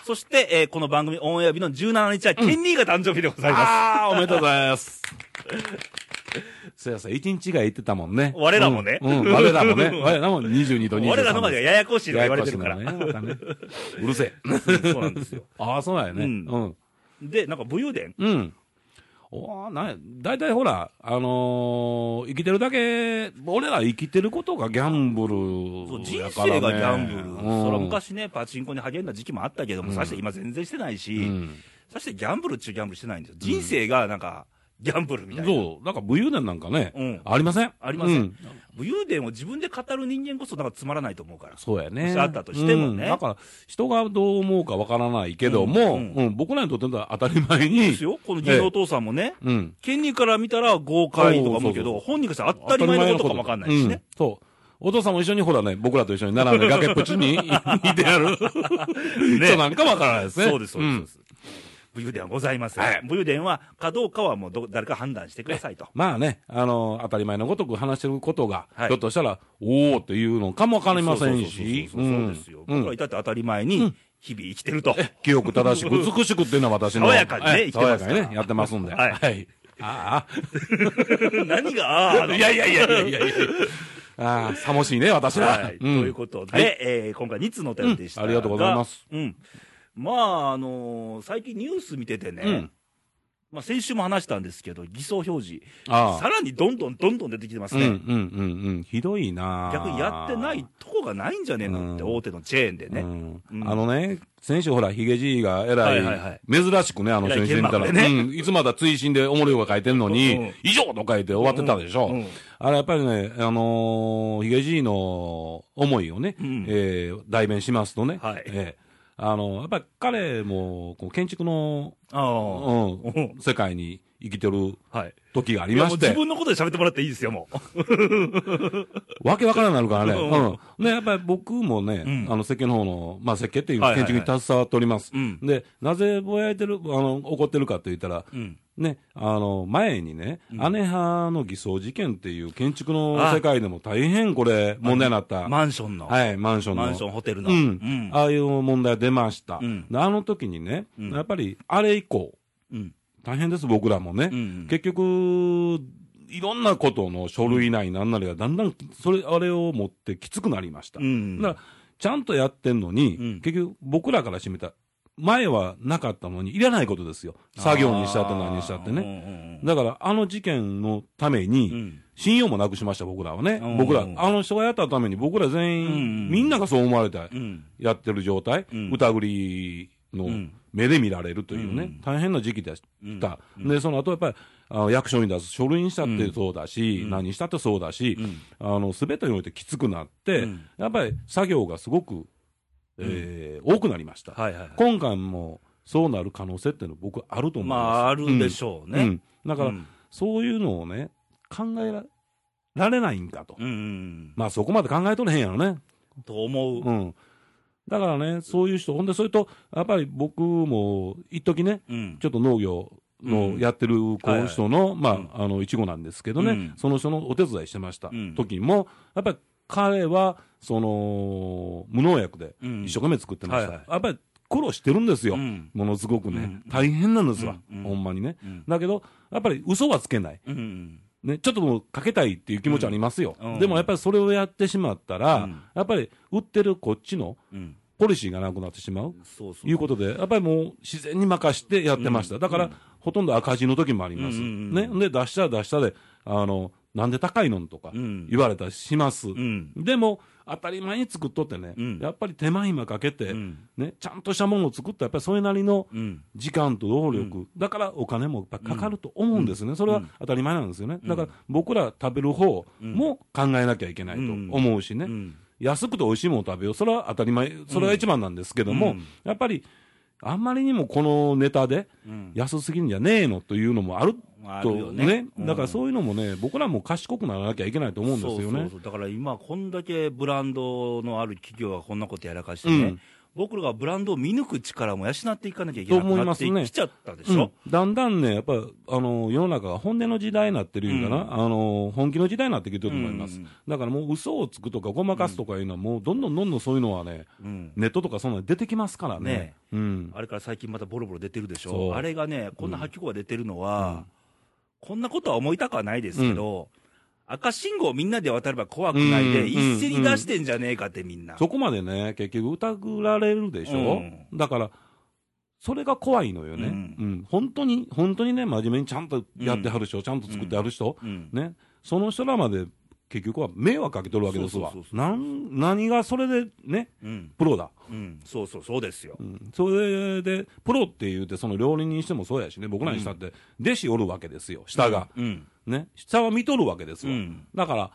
Speaker 1: そして、えーこの番組オンエア日の17日は、ケンニーが誕生日でございます。
Speaker 2: ああ、 *laughs* おめでとうございます。そうやそうや、一日が言ってたもんね。
Speaker 1: 我らもね
Speaker 2: うん、うん我らもね。我らも22と23。
Speaker 1: 俺らの方がややこしいとか言われてるから。
Speaker 2: ややこしいのがねまたねうるせえ。
Speaker 1: うん *laughs* そうなんですよ。
Speaker 2: ああ、そうなんやね。
Speaker 1: う
Speaker 2: うんん。
Speaker 1: で、なんか武勇伝
Speaker 2: うん。おーなんや大体ほら、あのー生きてるだけ、俺ら生きてることがギャンブ
Speaker 1: そう
Speaker 2: ル
Speaker 1: 人
Speaker 2: やから、ね。
Speaker 1: 生がギャンブル。そら
Speaker 2: 昔。
Speaker 1: 昔ね、パチンコに励んだ時期もあったけども、さして今全然してないし、
Speaker 2: うん
Speaker 1: さしてギャンブルっちゅうギャンブルしてないんですよ。人生がなんか、ギャンブルみたいな。
Speaker 2: そう、なんか武勇伝なんかね、
Speaker 1: うん
Speaker 2: ありません
Speaker 1: ありません
Speaker 2: う
Speaker 1: 武勇伝を自分で語る人間こそなんかつまらないと思うから。
Speaker 2: そうや
Speaker 1: も
Speaker 2: ね。
Speaker 1: しあったとしてもね
Speaker 2: うん、なんか、人がどう思うかわからないけども、
Speaker 1: う
Speaker 2: うんん僕らにとっては当たり前
Speaker 1: で
Speaker 2: に
Speaker 1: す、よ。この義理のお父さんもね、
Speaker 2: うん、
Speaker 1: 権利から見たら豪快とか思うけ
Speaker 2: そ
Speaker 1: ど、
Speaker 2: うそう
Speaker 1: 本人からしたら当たり前のことかもわかんないし
Speaker 2: うん
Speaker 1: ね。
Speaker 2: そう。お父さんも一緒にほらね、僕らと一緒に並んで崖っぷちにいてやる人なんかわからないですね。
Speaker 1: そうです、そうですそうです。武勇伝はございません。
Speaker 2: はい
Speaker 1: 武勇伝はかどうかはもうど誰か判断してくださいと。
Speaker 2: まあね、あの、当たり前のごとく話してることが、
Speaker 1: はい
Speaker 2: ひょっとしたら、おおっていうのかもわかりませんし、
Speaker 1: そうそうそうそうそうですよ。
Speaker 2: うん
Speaker 1: 僕らいたって当たり前に日々生きて
Speaker 2: *laughs*
Speaker 1: ると。
Speaker 2: 記憶正しく、美しくっていうのは私の。
Speaker 1: 爽やかにね
Speaker 2: はい
Speaker 1: 生きて
Speaker 2: 爽
Speaker 1: ま
Speaker 2: や
Speaker 1: す
Speaker 2: か
Speaker 1: から
Speaker 2: にね、やってますんで。
Speaker 1: はい
Speaker 2: はい。あ
Speaker 1: 何が、ああ
Speaker 2: あ。
Speaker 1: の
Speaker 2: いやいやいやいやいやいや。ああ、さもしいね、私は。
Speaker 1: はい、
Speaker 2: うん
Speaker 1: ということで、
Speaker 2: はい
Speaker 1: えー今回2通のお便りでした、
Speaker 2: うんありがとうございます。
Speaker 1: うん。まあ、あのー最近ニュース見ててね、
Speaker 2: うん
Speaker 1: まあ先週も話したんですけど、偽装表示、
Speaker 2: あ
Speaker 1: さ
Speaker 2: あ。
Speaker 1: らにどんどんどんどん出てきてます
Speaker 2: うん
Speaker 1: ね。
Speaker 2: うんうんうん。ひどいな
Speaker 1: 逆にやってないとこがないんじゃねえのって、
Speaker 2: うん
Speaker 1: 大手のチェーンでね。
Speaker 2: うん
Speaker 1: うん
Speaker 2: あのね、先週ほら、ヒゲじいがえ
Speaker 1: は
Speaker 2: ら
Speaker 1: いはいはい
Speaker 2: い、珍しくね、あの
Speaker 1: えらい
Speaker 2: 先週見たら、
Speaker 1: 剣幕でね
Speaker 2: うんいつまだ追伸でおもろいが書いてんのに、
Speaker 1: うん
Speaker 2: 以上と書いて終わってたでしょ。
Speaker 1: うんうん
Speaker 2: あれやっぱりね、あのーヒゲじいの思いをね、
Speaker 1: ん
Speaker 2: えー代弁しますとね、
Speaker 1: はい
Speaker 2: えーあのやっぱり彼もこう建築の、
Speaker 1: あ
Speaker 2: う
Speaker 1: あ、うん *laughs*
Speaker 2: ん、世界に生きてる
Speaker 1: はい。
Speaker 2: 時があ
Speaker 1: い
Speaker 2: り
Speaker 1: や
Speaker 2: ま
Speaker 1: もう
Speaker 2: し
Speaker 1: 自
Speaker 2: て、
Speaker 1: 分のことで喋ってもらっていいですよ、もう。
Speaker 2: わけわからんなるからね、
Speaker 1: うん
Speaker 2: うん、ねやっぱり僕もね、
Speaker 1: うん
Speaker 2: あの設計の方の、まあ、設計っていう
Speaker 1: はいはい
Speaker 2: 建
Speaker 1: はい
Speaker 2: 築に携わっております、
Speaker 1: うん
Speaker 2: でなぜぼやいてる、あの怒ってるかと言ったら、
Speaker 1: うん。
Speaker 2: ね、あの前にね、姉派の偽装事件っていう建築の
Speaker 1: あ
Speaker 2: 世界でも大変これ、問題になった、
Speaker 1: マンションの、
Speaker 2: はい、マンションの。
Speaker 1: マンション、ホテルの。
Speaker 2: うん
Speaker 1: うん
Speaker 2: ああいう問題出ました、
Speaker 1: うん
Speaker 2: であの時にね、
Speaker 1: うん
Speaker 2: やっぱりあれ以降、
Speaker 1: うん。
Speaker 2: 大変です、僕らもね。
Speaker 1: うん
Speaker 2: 結局、いろんなことの書類内なんなりがだんだん、それ、あれを持ってきつくなりました。
Speaker 1: うん
Speaker 2: だから、ちゃんとやってんのに、
Speaker 1: うん
Speaker 2: 結局僕らからしてみたら、前はなかったのに、いらないことですよ。作業にしたって何にしたってね。
Speaker 1: ね。
Speaker 2: だから、あの事件のため
Speaker 1: う
Speaker 2: に、
Speaker 1: ん
Speaker 2: 信用もなくしました、僕らはね
Speaker 1: うん。
Speaker 2: 僕ら、あの人がやったために、僕ら全
Speaker 1: うんうん
Speaker 2: 員、みんながそう思われて
Speaker 1: うん。
Speaker 2: やってる状態
Speaker 1: うん、
Speaker 2: 疑り
Speaker 1: う
Speaker 2: の
Speaker 1: ん
Speaker 2: 目で見られるという
Speaker 1: う
Speaker 2: ね
Speaker 1: ん、
Speaker 2: 大変な時期でし
Speaker 1: うん
Speaker 2: た。で、その後やっぱり、あの役所に出す、書類にしたってそうだ
Speaker 1: う
Speaker 2: し
Speaker 1: ん、
Speaker 2: 何したってそうだし
Speaker 1: う、ん
Speaker 2: あの、すべてにおいてきつくなっ
Speaker 1: う
Speaker 2: て
Speaker 1: ん、
Speaker 2: やっぱり作業がすごく、えー多くなりました。
Speaker 1: はいはいはい。
Speaker 2: 今回もそうなる可能性っていうのは僕あると思い
Speaker 1: ま
Speaker 2: ます。
Speaker 1: あ、あるでしょう
Speaker 2: う
Speaker 1: ね。
Speaker 2: んだから、
Speaker 1: うん
Speaker 2: そういうのをね、考えらられないんかと。
Speaker 1: うんうん
Speaker 2: まあそこまで考えとれへんやろね。
Speaker 1: うん。と思う。
Speaker 2: うん。だからね、そういう人、ほんで、それと、やっぱり僕も、一時ね、
Speaker 1: うん
Speaker 2: ちょっと農業
Speaker 1: うん
Speaker 2: のやってるこ
Speaker 1: はいは
Speaker 2: う
Speaker 1: い
Speaker 2: 人の、まあ、あの、いちごなんですけどね、
Speaker 1: うん
Speaker 2: その人のお手伝いしてました
Speaker 1: うん
Speaker 2: 時も、やっぱり彼は、その、無農薬で
Speaker 1: うん
Speaker 2: 一生懸命作ってました。
Speaker 1: はいはい
Speaker 2: やっぱり苦労してるんですよ。
Speaker 1: うん
Speaker 2: ものすごくね、
Speaker 1: うん
Speaker 2: 大変なんですわ、
Speaker 1: うん
Speaker 2: ほんまにね。
Speaker 1: うん
Speaker 2: だけど、やっぱり嘘はつけない。
Speaker 1: うん
Speaker 2: ね、ちょっともうかけたいっていう気持ちありますよ、
Speaker 1: うんうん
Speaker 2: でもやっぱりそれをやってしまったら、
Speaker 1: うん
Speaker 2: やっぱり売ってるこっちの
Speaker 1: うん。
Speaker 2: ポリシーがなくなってしまう
Speaker 1: そうそ
Speaker 2: いうことで、やっぱりもう自然に任してやってました、
Speaker 1: うん
Speaker 2: だから、
Speaker 1: うん
Speaker 2: ほとんど赤字の時もあります、
Speaker 1: うんうんうん
Speaker 2: ね、で出したら出したであの、なんで高いのんとか
Speaker 1: うん
Speaker 2: 言われたりします、
Speaker 1: うん。
Speaker 2: でも当たり前に作っとってね、
Speaker 1: うん
Speaker 2: やっぱり手間暇かけて、
Speaker 1: うん
Speaker 2: ね、ちゃんとしたものを作ったら、やっぱりそれなりの
Speaker 1: うん。
Speaker 2: 時間と労力、だからお金もやっぱかかると思うんですね、それは当たり前なんですよね、だから僕ら食べる方も考えなきゃいけないと思うしね、
Speaker 1: うん
Speaker 2: 安くて美味しいものを食べよう、それは当たり前、それが一番なんですけども、
Speaker 1: うん
Speaker 2: やっぱりあんまりにもこのネタで、
Speaker 1: うん。
Speaker 2: 安すぎんじゃねえのというのもある
Speaker 1: あるよ
Speaker 2: と
Speaker 1: ね
Speaker 2: ね、
Speaker 1: うん
Speaker 2: だからそういうのもね、僕らも賢くならなきゃいけないと思うんですよね。
Speaker 1: そうそうそうだから今、こんだけブランドのある企業がこんなことやらかしてね、
Speaker 2: うん
Speaker 1: 僕らがブランドを見抜く力も養っていかなきゃいけなく
Speaker 2: と思い
Speaker 1: な
Speaker 2: ま
Speaker 1: っ
Speaker 2: す
Speaker 1: て
Speaker 2: ね
Speaker 1: きちゃったでしょ、
Speaker 2: うんだんだんね、やっぱあの世の中が本音の時代になってるいうかな、あの本気の時代になってきてると思います、
Speaker 1: うん
Speaker 2: だからもう嘘をつくとか、ごまかすとかいうのは、もうどんどんどんどんそういうのはね、
Speaker 1: うん
Speaker 2: ネットとか、そんなの出てきますからね、
Speaker 1: ね
Speaker 2: うん、
Speaker 1: あれから最近またボロボロ出てるでし
Speaker 2: そ
Speaker 1: ょ、
Speaker 2: う
Speaker 1: あれがね、こんな破棄語が出てるのは、こんなことは思いたくはないですけど、赤信号みんなで渡れば怖くないで、
Speaker 2: うん
Speaker 1: 一斉に出してんじゃねえかって、みんな。
Speaker 2: そこまでね、結局、疑られるでしょ、
Speaker 1: うん
Speaker 2: だから、それが怖いのよね、
Speaker 1: う
Speaker 2: うんん本当に、本当にね、真面目にちゃんとやってはる人、ちゃんと作ってはる人、
Speaker 1: うん
Speaker 2: ね、その人らまで結局は迷惑かけとるわけですわ
Speaker 1: そうそう、そうそう
Speaker 2: なん何がそれでね、
Speaker 1: うん
Speaker 2: プロだ。
Speaker 1: うん、そうそう、そうですよ
Speaker 2: う。んそれで、プロって言うて、その料理人にしてもそうやしね、僕らにしたって、弟子おるわけですよ、下が。
Speaker 1: うん、
Speaker 2: ね。下は見とるわけですよ。
Speaker 1: うん
Speaker 2: だから、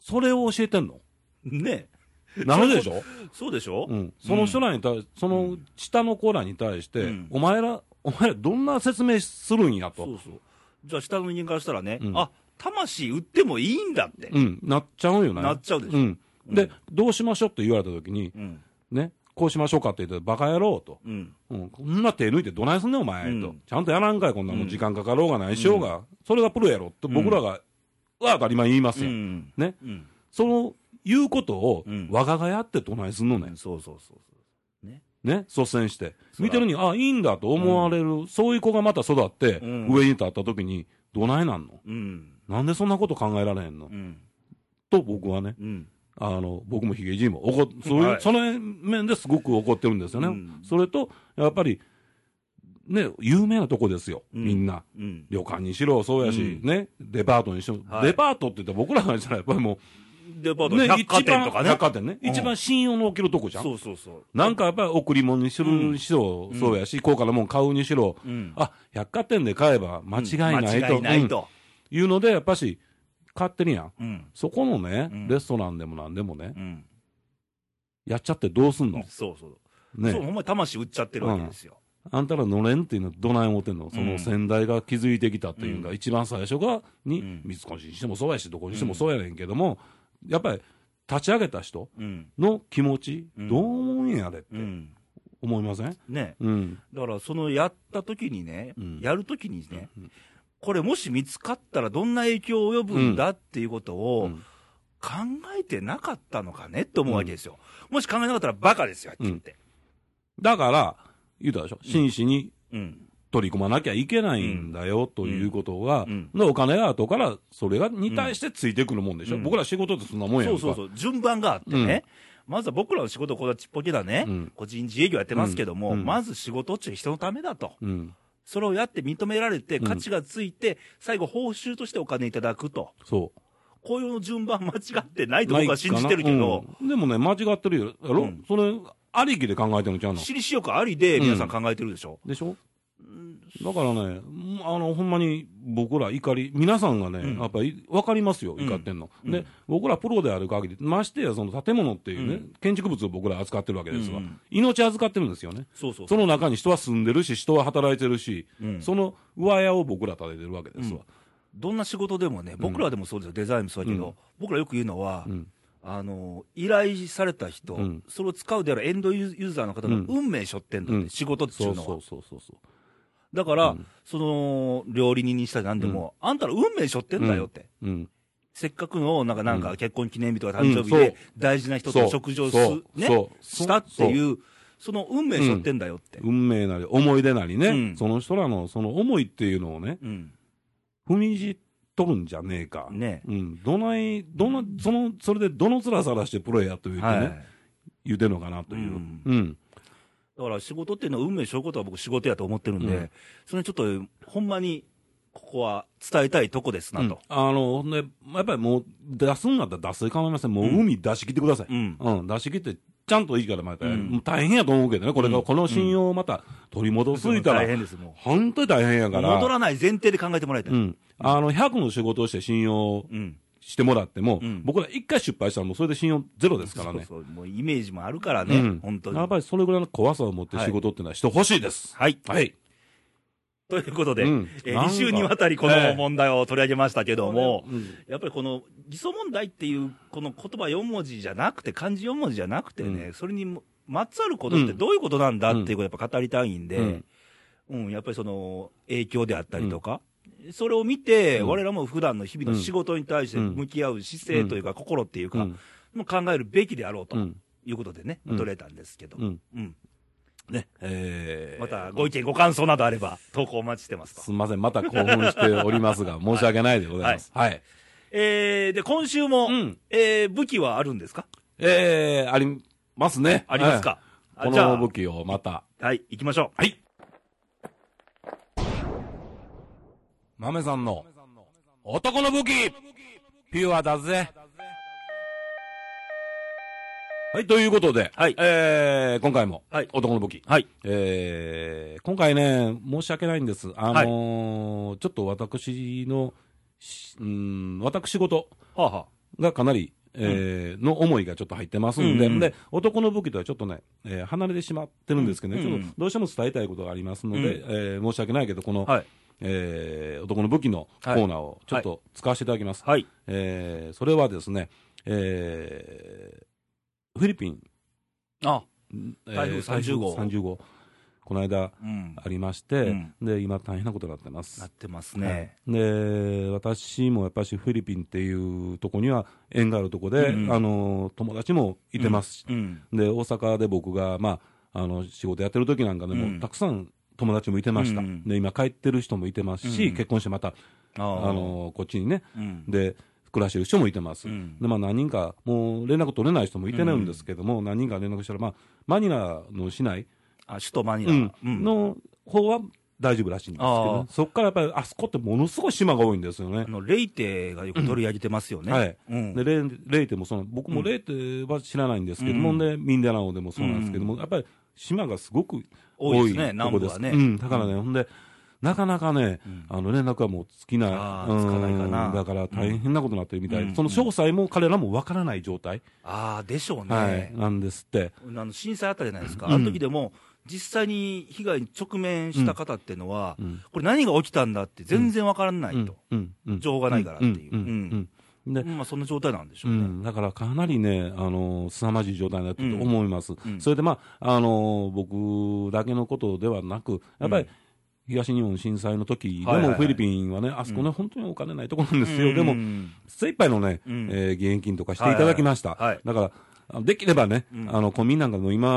Speaker 2: それを教えてんの。
Speaker 1: ね
Speaker 2: なるでしょ
Speaker 1: そうでしょ、
Speaker 2: うん。その人らに対し、その下の子らに対して、
Speaker 1: うん
Speaker 2: お前ら、お前らどんな説明するんや
Speaker 1: そ
Speaker 2: と。
Speaker 1: うそう。じゃあ、下の人間からしたらね、
Speaker 2: うん
Speaker 1: あ、魂売ってもいいんだって。
Speaker 2: うん。なっちゃうよね。
Speaker 1: なっちゃうでしょ
Speaker 2: うん。で、どうしましょうって言われたときに
Speaker 1: う、ん。
Speaker 2: ね、こうしましょうかって言ったら、バカ野郎と。
Speaker 1: うん。
Speaker 2: うん、こんな手抜いてどないすんねん、お前、
Speaker 1: うん
Speaker 2: と。ちゃんとやらんかい、こんなもん時間かかろうがないしようが、それがプロやろって僕らが、は当たり前に言います
Speaker 1: う
Speaker 2: よ、
Speaker 1: ん。
Speaker 2: ね。
Speaker 1: うん。
Speaker 2: その、言うことを、
Speaker 1: うん
Speaker 2: 我ががやってどないすんのね。
Speaker 1: そうそうそうそう。
Speaker 2: ね。率先して。
Speaker 1: そうだ
Speaker 2: 見てるに、あ、いいんだと思われる、そういう子がまた育って、
Speaker 1: うん
Speaker 2: 上に立った時に、どないなんの
Speaker 1: うん。
Speaker 2: なんでそんなこと考えられへんの、
Speaker 1: うん。
Speaker 2: と僕はね、
Speaker 1: うん。
Speaker 2: あの、僕もヒゲじいも怒っ、そういう、
Speaker 1: はい
Speaker 2: その面ですごく怒ってるんですよね。
Speaker 1: うん
Speaker 2: それと、やっぱり、ね、有名なとこですよ、
Speaker 1: うん
Speaker 2: みんな。
Speaker 1: うん。
Speaker 2: 旅館にしろそうやし、
Speaker 1: う
Speaker 2: ね、デパートにしろ、
Speaker 1: はい
Speaker 2: デパートって言ったら僕らからしたらやっぱりも
Speaker 1: デパー
Speaker 2: う、
Speaker 1: ト、ね、百貨店とか
Speaker 2: 一番
Speaker 1: ね
Speaker 2: 百。貨店ね、
Speaker 1: うん
Speaker 2: 一番信用の起きるとこじゃん。
Speaker 1: そうそうそう。
Speaker 2: なんかやっぱり贈り物にしろ、
Speaker 1: うん
Speaker 2: しろそうやし、高価なもん買うにしろ、
Speaker 1: うん。
Speaker 2: あ、百貨店で買えば間違いないと,、
Speaker 1: 間違いないと。
Speaker 2: うんいうので、やっぱし、買ってるやん。
Speaker 1: うん。
Speaker 2: そこのね、
Speaker 1: うん
Speaker 2: レストランでもなんでもね、
Speaker 1: うん。
Speaker 2: やっちゃってどうすんの
Speaker 1: そうそう。そう、
Speaker 2: ね。
Speaker 1: ほんまに魂売っちゃってるわけですよ。
Speaker 2: あんたらのれんっていうのはどない思ってんの、そ
Speaker 1: うん
Speaker 2: の先代が気づいてきたっていうか、
Speaker 1: うん
Speaker 2: 一番最初が、
Speaker 1: う
Speaker 2: に
Speaker 1: ん、
Speaker 2: 三越にしてもそうやし、どこにしてもそうやねんけども、やっぱり立ち上げた人
Speaker 1: うん。
Speaker 2: の気持ち、
Speaker 1: うん
Speaker 2: どう思うんやれって
Speaker 1: うん。
Speaker 2: 思いません
Speaker 1: ね。
Speaker 2: うん。
Speaker 1: だから、そのやった時にね、
Speaker 2: うん
Speaker 1: やる時にね、これもし見つかったらどんな影響を及ぶんだっていうことを、
Speaker 2: うん
Speaker 1: 考えてなかったのかねって思うわけですよ。もし考えなかったらバカですよ、はっきり言って。
Speaker 2: だから、言うたでしょ、真摯に
Speaker 1: うん。
Speaker 2: 取り組まなきゃいけないんだよ、ということが、
Speaker 1: うん
Speaker 2: のお金が後から、それがに対してついてくるもんでしょ、
Speaker 1: うん
Speaker 2: 僕ら仕事ってそんなもんやん
Speaker 1: そ
Speaker 2: か。
Speaker 1: うそうそう、順番があってね、まずは僕らの仕事、このちっぽけなね、
Speaker 2: うん
Speaker 1: 個人自営業やってますけども、
Speaker 2: うんうん
Speaker 1: まず仕事っていうのは人のためだと、
Speaker 2: うん。
Speaker 1: それをやって認められて、
Speaker 2: うん
Speaker 1: 価値がついて、最後、報酬としてお金いただくと、
Speaker 2: そう。
Speaker 1: こういう順番間違ってないと僕は信じてるけど、
Speaker 2: うんでもね、間違ってるよ。や
Speaker 1: う
Speaker 2: ろ、
Speaker 1: ん
Speaker 2: それ、ありきで考えてるんちゃうの
Speaker 1: 私利私欲ありで皆さん考えてるでしょ。
Speaker 2: でしょだからね、もうあの、ほんまに僕ら怒り、皆さんがね、
Speaker 1: うん
Speaker 2: やっぱり分かりますよ、
Speaker 1: うん
Speaker 2: 怒ってんの。
Speaker 1: うん
Speaker 2: で、僕らプロである限り、ましてやその建物っていうね、
Speaker 1: う
Speaker 2: 建築物を僕ら扱ってるわけですが、
Speaker 1: うんうん
Speaker 2: 命預かってるんですよね。
Speaker 1: そうそう
Speaker 2: その中に人は住んでるし、人は働いてるし、
Speaker 1: うん
Speaker 2: その上屋を僕ら建ててるわけですわ。
Speaker 1: どんな仕事でもね、僕らでもそうですよ、デザインもそうだけど、
Speaker 2: うん
Speaker 1: 僕らよく言うのは、
Speaker 2: うん
Speaker 1: あの依頼された人、
Speaker 2: うん
Speaker 1: それを使うであるエンドユーザーの方の
Speaker 2: うん
Speaker 1: 運命しょってんだって、
Speaker 2: うん
Speaker 1: 仕事っていうの
Speaker 2: そう
Speaker 1: は。
Speaker 2: そうそうそうそう。
Speaker 1: だから、
Speaker 2: うん
Speaker 1: その料理人にしたりなんでも、あんたら運命しょってんだよって、
Speaker 2: うん。
Speaker 1: せっかくのなんかなんか
Speaker 2: う
Speaker 1: 結婚記念日とか誕生日
Speaker 2: うんそう
Speaker 1: で大事な人と食事をす、
Speaker 2: そう
Speaker 1: ね
Speaker 2: そう、
Speaker 1: したっていう、その運命しょってんだよって。
Speaker 2: 運命なり思い出なりね、
Speaker 1: うん
Speaker 2: その人らのその思いっていうのをね、
Speaker 1: うん
Speaker 2: 踏みにじっとるんじゃねえか。
Speaker 1: ね
Speaker 2: うん。どない、どの、その、それでどの辛さらしてプロやと言ってね、
Speaker 1: はい、
Speaker 2: 言うてんのかなという。
Speaker 1: う
Speaker 2: うんん。
Speaker 1: だから仕事っていうのは運命しょうことは僕仕事やと思ってるんで、
Speaker 2: うん
Speaker 1: それちょっとほんまにここは伝えたいとこですな
Speaker 2: うん
Speaker 1: と。
Speaker 2: あの、ね、やっぱりもう、出すんだったら出すで構いません。もう海出し切ってください。
Speaker 1: うん。
Speaker 2: うん、出し切って、ちゃんといいからまた、
Speaker 1: うん
Speaker 2: もう大変やと思うけどね、これが、
Speaker 1: うん
Speaker 2: この信用をまた取り戻すいたら、
Speaker 1: 大変です、も
Speaker 2: 本当に大変や
Speaker 1: う。
Speaker 2: から。
Speaker 1: 戻らない前提で考えてもらいたい。
Speaker 2: う
Speaker 1: うん。
Speaker 2: ん。あの、100の仕事をして信用してもらっても、
Speaker 1: うん
Speaker 2: 僕ら一回失敗したらもうそれで信用ゼロですからね。
Speaker 1: そうそうもうイメージもあるからね、
Speaker 2: うん
Speaker 1: 本当に
Speaker 2: やっ。ぱりそれぐらいの怖さを持って仕事っていうのはしてほしいです。
Speaker 1: はい。
Speaker 2: はい。
Speaker 1: ということで、
Speaker 2: うん
Speaker 1: え
Speaker 2: なん
Speaker 1: 2
Speaker 2: か
Speaker 1: 週にわたりこの問題を取り上げましたけども、
Speaker 2: うん
Speaker 1: やっぱりこの偽装問題っていう、この言葉4文字じゃなくて、漢字4文字じゃなくてね、それにまつわることってどういうことなんだっていうことをやっぱ語りたいんで、う
Speaker 2: うんん、
Speaker 1: やっぱりその影響であったりとか、それを見て、
Speaker 2: うん
Speaker 1: 我らも普段の日々の仕事に対して向き合う姿勢というか、心っていう
Speaker 2: う
Speaker 1: か、
Speaker 2: ん
Speaker 1: もう考えるべきであろうと
Speaker 2: うん
Speaker 1: いうことでね、
Speaker 2: うん
Speaker 1: 取れたんですけど、
Speaker 2: うん
Speaker 1: うん
Speaker 2: ね、えー
Speaker 1: またご意見、ご感想などあれば、投稿お待ちしてますと。
Speaker 2: すみません、また興奮しておりますが、申し訳ないでございます。はい。
Speaker 1: えー、で、今週も、
Speaker 2: うん
Speaker 1: えー武器はあるんですか
Speaker 2: えー、ありますね。
Speaker 1: ありますか、
Speaker 2: は
Speaker 1: あ
Speaker 2: い、こ
Speaker 1: じゃ
Speaker 2: の
Speaker 1: あ
Speaker 2: 武器をまた。
Speaker 1: はい、行きましょう。
Speaker 2: はい。豆さんの男の武器ピュアだぜ。はい、ということで、
Speaker 1: はい
Speaker 2: えー、今回も、
Speaker 1: はい
Speaker 2: 男の武器。
Speaker 1: はい。
Speaker 2: えー、今回ね、申し訳ないんです。あのーちょっと私の、しうん、私事
Speaker 1: はあ、は
Speaker 2: がかなり、えーの思いがちょっと入ってますんで、
Speaker 1: うんうん
Speaker 2: で、男の武器とはちょっとね、えー離れてしまってるんですけどね、
Speaker 1: うんうん
Speaker 2: ちょっとどうしても伝えたいことがありますので、
Speaker 1: うん
Speaker 2: えー申し訳ないけど、この、
Speaker 1: はい
Speaker 2: えー男の武器のコーナーをちょっと使わせていただきます。
Speaker 1: はい。
Speaker 2: えーそれはですね、えーフィリピン、
Speaker 1: あ、
Speaker 2: えー
Speaker 1: 台風30号
Speaker 2: 台風30号この間
Speaker 1: うん。
Speaker 2: ありまして、
Speaker 1: うん
Speaker 2: で、今大変なことになってます
Speaker 1: なっ。てますね。
Speaker 2: で私もやっぱしフィリピンっていうとこには縁があるとこで、
Speaker 1: うんうん
Speaker 2: あの友達もいてますし、
Speaker 1: うん。
Speaker 2: で大阪で僕が、まあ、あの仕事やってる時なんかで
Speaker 1: う
Speaker 2: も、
Speaker 1: ん
Speaker 2: たくさん友達もいてました、
Speaker 1: うんうん
Speaker 2: で今帰ってる人もいてます
Speaker 1: うん
Speaker 2: し、
Speaker 1: うん
Speaker 2: 結婚してまた
Speaker 1: あ
Speaker 2: あ
Speaker 1: ー、
Speaker 2: のこっちにね
Speaker 1: うん。
Speaker 2: で暮らしてる人もいてます、
Speaker 1: うん
Speaker 2: でまあ、何人かもう連絡取れない人もいてないんですけども、何人か連絡したら、まあ、マニラの市内
Speaker 1: あ、首都マニラ。
Speaker 2: うんの方は大丈夫らしいんですけどね、
Speaker 1: あ
Speaker 2: そこからやっぱりあそこってものすごい島が多いんですよね
Speaker 1: あ。の、レイテがよく取り上げてますよね。
Speaker 2: はい
Speaker 1: うん。
Speaker 2: でレイレイテもその僕もレイテは知らないんですけども、
Speaker 1: うん
Speaker 2: でミンデナオでもそうなんですけども、やっぱり島がすごく
Speaker 1: 多
Speaker 2: 多
Speaker 1: いで
Speaker 2: い
Speaker 1: すね
Speaker 2: とこ
Speaker 1: 南部はね
Speaker 2: うん、だからね、ほんで、なかなかね、
Speaker 1: うん
Speaker 2: あの連絡はもう尽きない、
Speaker 1: あ
Speaker 2: う
Speaker 1: ー
Speaker 2: ん
Speaker 1: つかないかな
Speaker 2: だから大変なことになってるみたい、
Speaker 1: うん
Speaker 2: その詳細も彼らもわからない状態、
Speaker 1: ああ、でしょうね。
Speaker 2: はい、なんですって、
Speaker 1: あの震災あったじゃないですか、
Speaker 2: うん
Speaker 1: あの時でも、実際に被害に直面した方っていうのは、
Speaker 2: うん
Speaker 1: これ、何が起きたんだって全然わからないと、
Speaker 2: うんうん
Speaker 1: 情報がないからっていう、
Speaker 2: んんうんで
Speaker 1: うんまあ、そんな状態なんでしょ
Speaker 2: う
Speaker 1: うね。
Speaker 2: ん、だからかなりね、あの凄まじい状態になってると思います、
Speaker 1: んうん
Speaker 2: それで、まああの僕だけのことではなく、やっぱり、
Speaker 1: うん
Speaker 2: 東日本震災の時で
Speaker 1: はいはい
Speaker 2: も
Speaker 1: はい
Speaker 2: フィリピンはね、あそこね、本当にお金ないところなんですよ、
Speaker 1: うん
Speaker 2: で
Speaker 1: う
Speaker 2: も、
Speaker 1: ん
Speaker 2: 精一杯のね、
Speaker 1: うん
Speaker 2: えー義援金とかしていただきました、
Speaker 1: はいはいはいはい
Speaker 2: だから、あのできればね、あの、コンビニなんかでも今、あ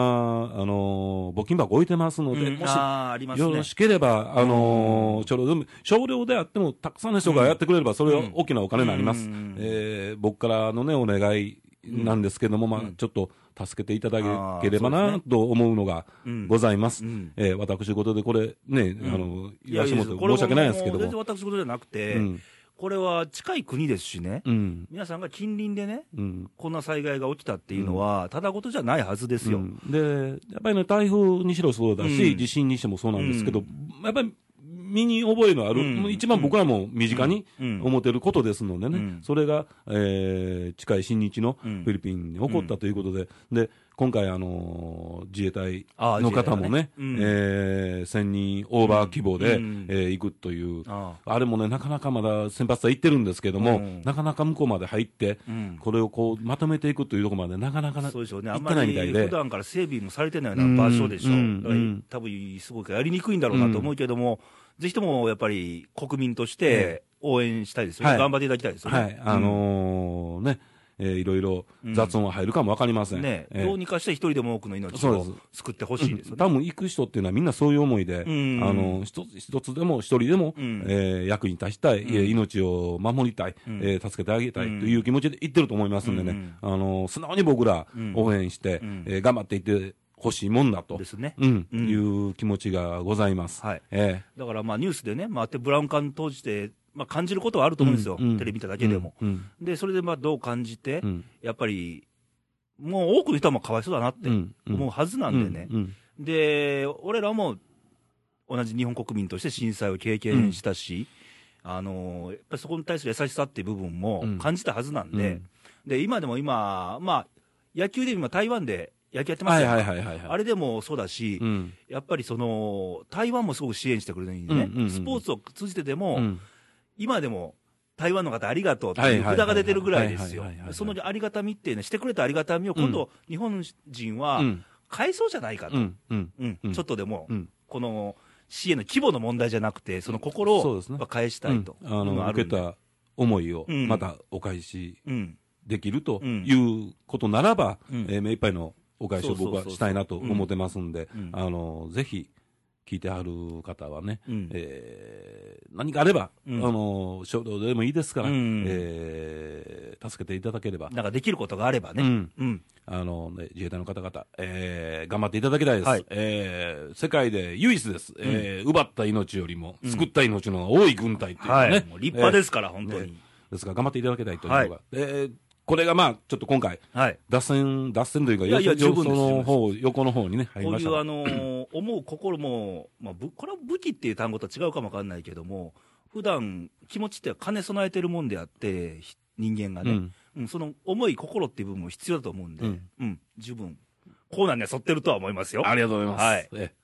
Speaker 2: のー募金箱置いてますので、
Speaker 1: うん
Speaker 2: もし、
Speaker 1: あーありますね
Speaker 2: よろしければ、あのーちょうどでも少量であっても、たくさんの人がやってくれれば、それは大きなお金になります。
Speaker 1: うん
Speaker 2: えー僕からのね、お願いなんですけども、まあ、ちょっと、助けていただければ
Speaker 1: あーそう
Speaker 2: な、
Speaker 1: で
Speaker 2: と思うのが
Speaker 1: うん
Speaker 2: ございます。
Speaker 1: うん
Speaker 2: えー私事でこれ、ね、あの、言わせてもらって
Speaker 1: これ
Speaker 2: 申し訳ないんですけど
Speaker 1: もう全然
Speaker 2: も。
Speaker 1: 私事じゃなくて、
Speaker 2: うん
Speaker 1: これは近い国ですしね、
Speaker 2: うん。
Speaker 1: 皆さんが近隣でね、
Speaker 2: うん。
Speaker 1: こんな災害が起きたっていうのは、ただ事じゃないはずですよ。
Speaker 2: うんで、やっぱりね、台風にしろそうだし、
Speaker 1: うん
Speaker 2: 地震にしてもそうなんですけど、
Speaker 1: う
Speaker 2: やっぱり身に覚えのある、
Speaker 1: うん
Speaker 2: もう一番僕らも身近に
Speaker 1: うん
Speaker 2: 思っていることですのでね、
Speaker 1: うん
Speaker 2: それが、えー近い親日のフ
Speaker 1: うん
Speaker 2: ィリピンに起こったということで、で今回、あのー自衛隊
Speaker 1: あー
Speaker 2: の方もね、
Speaker 1: 自衛隊ねうん
Speaker 2: えー1000人オーバー規模で、
Speaker 1: うん
Speaker 2: えー行くという。
Speaker 1: ああ
Speaker 2: あれもね、なかなかまだ先発隊行ってるんですけども、
Speaker 1: うん
Speaker 2: なかなか向こうまで入って、
Speaker 1: うん
Speaker 2: これをこうまとめていくというところまで、なかなかな
Speaker 1: そうでしょうね、
Speaker 2: 行
Speaker 1: あ
Speaker 2: っ
Speaker 1: んま
Speaker 2: てないみたい
Speaker 1: り
Speaker 2: で。
Speaker 1: 普段から整備もされてないような場所でしょ、
Speaker 2: うん
Speaker 1: だから
Speaker 2: うん
Speaker 1: 多分すごくやりにくいんだろうなと思うけども、ぜひともやっぱり国民として応援したいですよね、
Speaker 2: はい
Speaker 1: 頑張っていただきたいですよね。
Speaker 2: はい、あのーね、えーいろいろ雑音は入るかもわかりません。
Speaker 1: ね
Speaker 2: えー
Speaker 1: どうにかして一人でも多くの命
Speaker 2: そう
Speaker 1: を
Speaker 2: です
Speaker 1: 救ってほしいですよね。
Speaker 2: 多分行く人っていうのはみんなそういう思いで、
Speaker 1: ん
Speaker 2: あのー一つ一つでも一人でも、
Speaker 1: うん
Speaker 2: えー役に立ちたい、
Speaker 1: うん
Speaker 2: えー命を守りたい、
Speaker 1: うん
Speaker 2: えー助けてあげたい
Speaker 1: うん
Speaker 2: という気持ちで行ってると思いますんでね、あのー素直に僕ら
Speaker 1: うん
Speaker 2: 応援して、
Speaker 1: うん
Speaker 2: えー頑張っていってほしいもんだと、
Speaker 1: ですね。
Speaker 2: うん
Speaker 1: うん
Speaker 2: いう気持ちがございます。
Speaker 1: はい
Speaker 2: え
Speaker 1: だからまあニュースでね、まあ、ブラウン管当時で、まあ、感じることはあると思うんですよ、
Speaker 2: うんうん
Speaker 1: テレビ見ただ
Speaker 2: ー
Speaker 1: けでも。
Speaker 2: うん
Speaker 1: で、それでまあどう感じて、
Speaker 2: うん
Speaker 1: やっぱり、もう多くの人はもうかわいそうだなって
Speaker 2: うんうん
Speaker 1: 思うはずなんでね、
Speaker 2: うんうん
Speaker 1: で、俺らも同じ日本国民として震災を経験したし、あのやっぱりそこに対する優しさっていう部分も
Speaker 2: うん
Speaker 1: 感じたはずなんで、で今でも今、まあ、野球で今、台湾で野球やってま
Speaker 2: は
Speaker 1: す
Speaker 2: い
Speaker 1: よ、
Speaker 2: はいはいはいはい。
Speaker 1: あれでもそうだし、
Speaker 2: うん
Speaker 1: やっぱりその台湾もすごく支援してくれるんでね、
Speaker 2: うんうんうん
Speaker 1: スポーツを通じてでも、
Speaker 2: うん
Speaker 1: 今でも台湾の方ありがとうって
Speaker 2: はい
Speaker 1: い
Speaker 2: は
Speaker 1: う
Speaker 2: いはい
Speaker 1: 札が出てるぐらいですよ
Speaker 2: はいはいはいは、い
Speaker 1: そのありがたみっていうのは、してくれたありがたみを今度、日本人は
Speaker 2: うん
Speaker 1: 返そうじゃないかと、
Speaker 2: うんうん
Speaker 1: うん
Speaker 2: うん
Speaker 1: ちょっとでも、
Speaker 2: うん
Speaker 1: この支援の規模の問題じゃなくて、その心
Speaker 2: そうですね
Speaker 1: を返したいと、
Speaker 2: うんあ
Speaker 1: いうが
Speaker 2: の
Speaker 1: ある
Speaker 2: 受
Speaker 1: ん
Speaker 2: け
Speaker 1: で
Speaker 2: た思いを
Speaker 1: うん
Speaker 2: またお返し
Speaker 1: うん、
Speaker 2: できると
Speaker 1: うん
Speaker 2: いうことならば、
Speaker 1: うん
Speaker 2: えー目いっぱいのお返しを僕はしたいな
Speaker 1: そ
Speaker 2: と
Speaker 1: うそうそうそう
Speaker 2: 思ってますんで、
Speaker 1: うん
Speaker 2: あのぜひ聞いてはる方はね、
Speaker 1: うん
Speaker 2: えー何かあれば、
Speaker 1: うん
Speaker 2: あの少量でもいいですから、
Speaker 1: うん
Speaker 2: えー助けていただければ、
Speaker 1: なんかできることがあればね、
Speaker 2: うん
Speaker 1: うん
Speaker 2: あのね自衛隊の方々、えー頑張っていただきたいです、
Speaker 1: はい
Speaker 2: えー世界で唯一です、えー奪った命よりも救った命の方が多い軍隊というの
Speaker 1: は
Speaker 2: はいね、
Speaker 1: もう立派ですから、本当に、
Speaker 2: ねですから頑張っていただきたいというのが、
Speaker 1: は
Speaker 2: えーこれがまあちょっと今回、
Speaker 1: はい、
Speaker 2: 脱線、脱線というか、
Speaker 1: いやいや
Speaker 2: よ
Speaker 1: 十分です
Speaker 2: その方横の方にね、入り
Speaker 1: こう
Speaker 2: まし
Speaker 1: い
Speaker 2: た
Speaker 1: う、
Speaker 2: が
Speaker 1: あのー思う心も、まあ、ぶこれは武器っていう単語とは違うかもわかんないけども、普段気持ちって兼ね備えてるもんであって、ひ人間がね、
Speaker 2: うん
Speaker 1: うんその重い心っていう部分も必要だと思うんで、う
Speaker 2: うんん
Speaker 1: 十分、コーナーには沿ってるとは思いますよ。
Speaker 2: ありがとうございます。
Speaker 1: はい
Speaker 2: ええ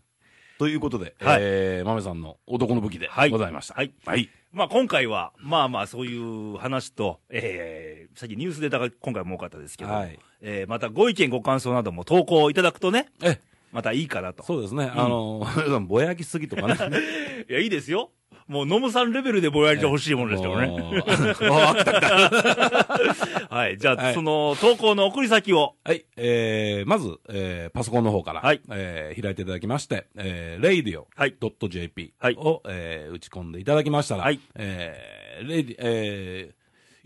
Speaker 2: ということで、
Speaker 1: はい
Speaker 2: えー、豆さんの男の武器で
Speaker 1: はい
Speaker 2: ございました。
Speaker 1: はい
Speaker 2: はい。
Speaker 1: まあ、今回は、まあまあ、そういう話と、えー、さっきニュースデータが今回も多かったですけど、
Speaker 2: はい
Speaker 1: えーまたご意見、ご感想なども投稿いただくとね、
Speaker 2: え、
Speaker 1: またいいかなと。
Speaker 2: そうですね。あの、 *laughs* ぼやきすぎとか
Speaker 1: *laughs*
Speaker 2: ね。
Speaker 1: いや、いいですよ。もう、ノムさんレベルでぼやいてほしいものですよね。
Speaker 2: もうあ来た来た
Speaker 1: はい。じゃあ、
Speaker 2: はい
Speaker 1: その投稿の送り先を、
Speaker 2: はい。えー、まず、えー、パソコンの方から、
Speaker 1: はい
Speaker 2: えー、開いていただきまして、えー、radio.jp を、
Speaker 1: はいはい
Speaker 2: えー、打ち込んでいただきましたら、
Speaker 1: はい
Speaker 2: えー、レディ、え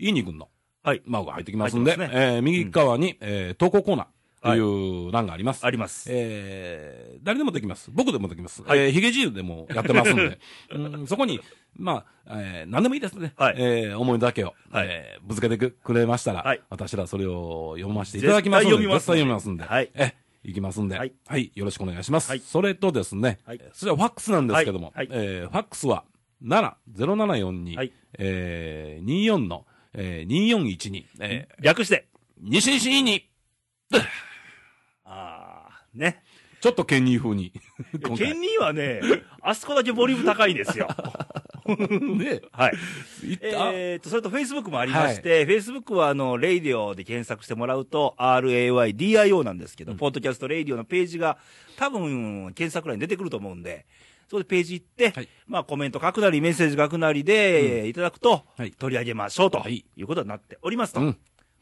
Speaker 2: ー、イーニ君の
Speaker 1: はい。
Speaker 2: マークが入ってきますんで、
Speaker 1: 入ってます
Speaker 2: えー右側に、えー投稿コーナーという欄があります。
Speaker 1: あります。
Speaker 2: えー誰でもできます。僕でもできます。
Speaker 1: はい
Speaker 2: えーヒゲじいでもやってますんで、 *laughs* うんそこに、まあ、えー何でもいいですね。
Speaker 1: はい
Speaker 2: えー思いだけを、
Speaker 1: はい
Speaker 2: えーぶつけてくくれましたら、
Speaker 1: はい
Speaker 2: 私らそれを読ませていただきますので、
Speaker 1: 絶対読みますね
Speaker 2: 絶対読みますんで、
Speaker 1: はい
Speaker 2: えーいきますんで、
Speaker 1: は
Speaker 2: はいい、よろしくお願いします。
Speaker 1: はい
Speaker 2: それとですね、
Speaker 1: はい
Speaker 2: それはファックスなんですけども、
Speaker 1: はいは
Speaker 2: えーファックスは7、0742、
Speaker 1: はい
Speaker 2: えー24の、えー、2412、えー、
Speaker 1: 略して、
Speaker 2: 西西に、
Speaker 1: ああ、ね。
Speaker 2: ちょっとケニー風に。今
Speaker 1: ケ
Speaker 2: 回
Speaker 1: ンニーはね、あそこだけボリューム高いんですよ。
Speaker 2: で、
Speaker 1: はい。
Speaker 2: 行った、
Speaker 1: えー、と、それと Facebook もありまして、Facebook はあの、レイディオで検索してもらうと、RAYDIO なんですけど、ポッドキャストレイディオのページが、多分、検索欄に出てくると思うんで、そこでページ行って、
Speaker 2: はい
Speaker 1: まあコメント書くなり、メッセージ書くなりで、いただくと、
Speaker 2: はい
Speaker 1: 取り上げましょうと、
Speaker 2: はいい、
Speaker 1: うことになっておりますと。
Speaker 2: うん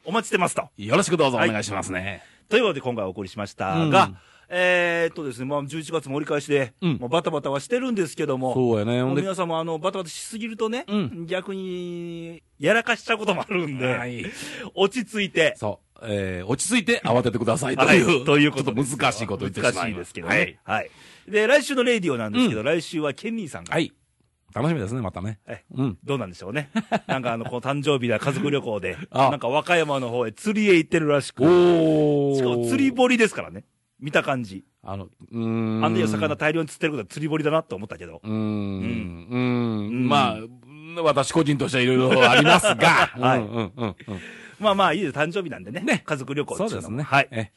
Speaker 1: お待ちしてますと。
Speaker 2: よろしくどうぞお願いしますね。
Speaker 1: ということで今回お送りしましたが、
Speaker 2: うん
Speaker 1: えーっとですね、まあ、11月も折り返しで、
Speaker 2: うん
Speaker 1: もうバタバタはしてるんですけども、
Speaker 2: そうやね。ほ
Speaker 1: も
Speaker 2: ん
Speaker 1: う
Speaker 2: で、
Speaker 1: 皆さんもあのバタバタしすぎるとね、
Speaker 2: うん
Speaker 1: 逆にやらかしちゃうこともあるんで、
Speaker 2: い。
Speaker 1: 落ち着いて、
Speaker 2: そう。えー、落ち着いて慌ててくださいと
Speaker 1: はい
Speaker 2: いう。
Speaker 1: というこ
Speaker 2: ち
Speaker 1: と
Speaker 2: ょ
Speaker 1: で
Speaker 2: っと難しいこと言ってしまいま
Speaker 1: 難しいですけどね。。はい。で、来週のレイディオなんですけど、来週はケンニーさんが、
Speaker 2: はい。はい。楽しみですね、またね
Speaker 1: はい。
Speaker 2: うん。
Speaker 1: どうなんでしょうね。 *laughs* なんかあの、こう誕生日だ、家族旅行で、
Speaker 2: *laughs* あ
Speaker 1: なんか和歌山の方へ釣りへ行ってるらしく、
Speaker 2: おー。
Speaker 1: しかも釣り堀ですからね。見た感じ。
Speaker 2: あの、うーん。
Speaker 1: あんな魚大量に釣ってることは釣り堀だなと思ったけど。
Speaker 2: うーん。
Speaker 1: う
Speaker 2: うー
Speaker 1: ん
Speaker 2: ん。まあ、私個人としてはいろいろあります *laughs* が。
Speaker 1: はい
Speaker 2: うんうんうんうん。
Speaker 1: まあまあいいです。誕生日なんでね。
Speaker 2: ね
Speaker 1: 家族旅行って
Speaker 2: そ
Speaker 1: いうのも
Speaker 2: ですね。
Speaker 1: はい。
Speaker 2: え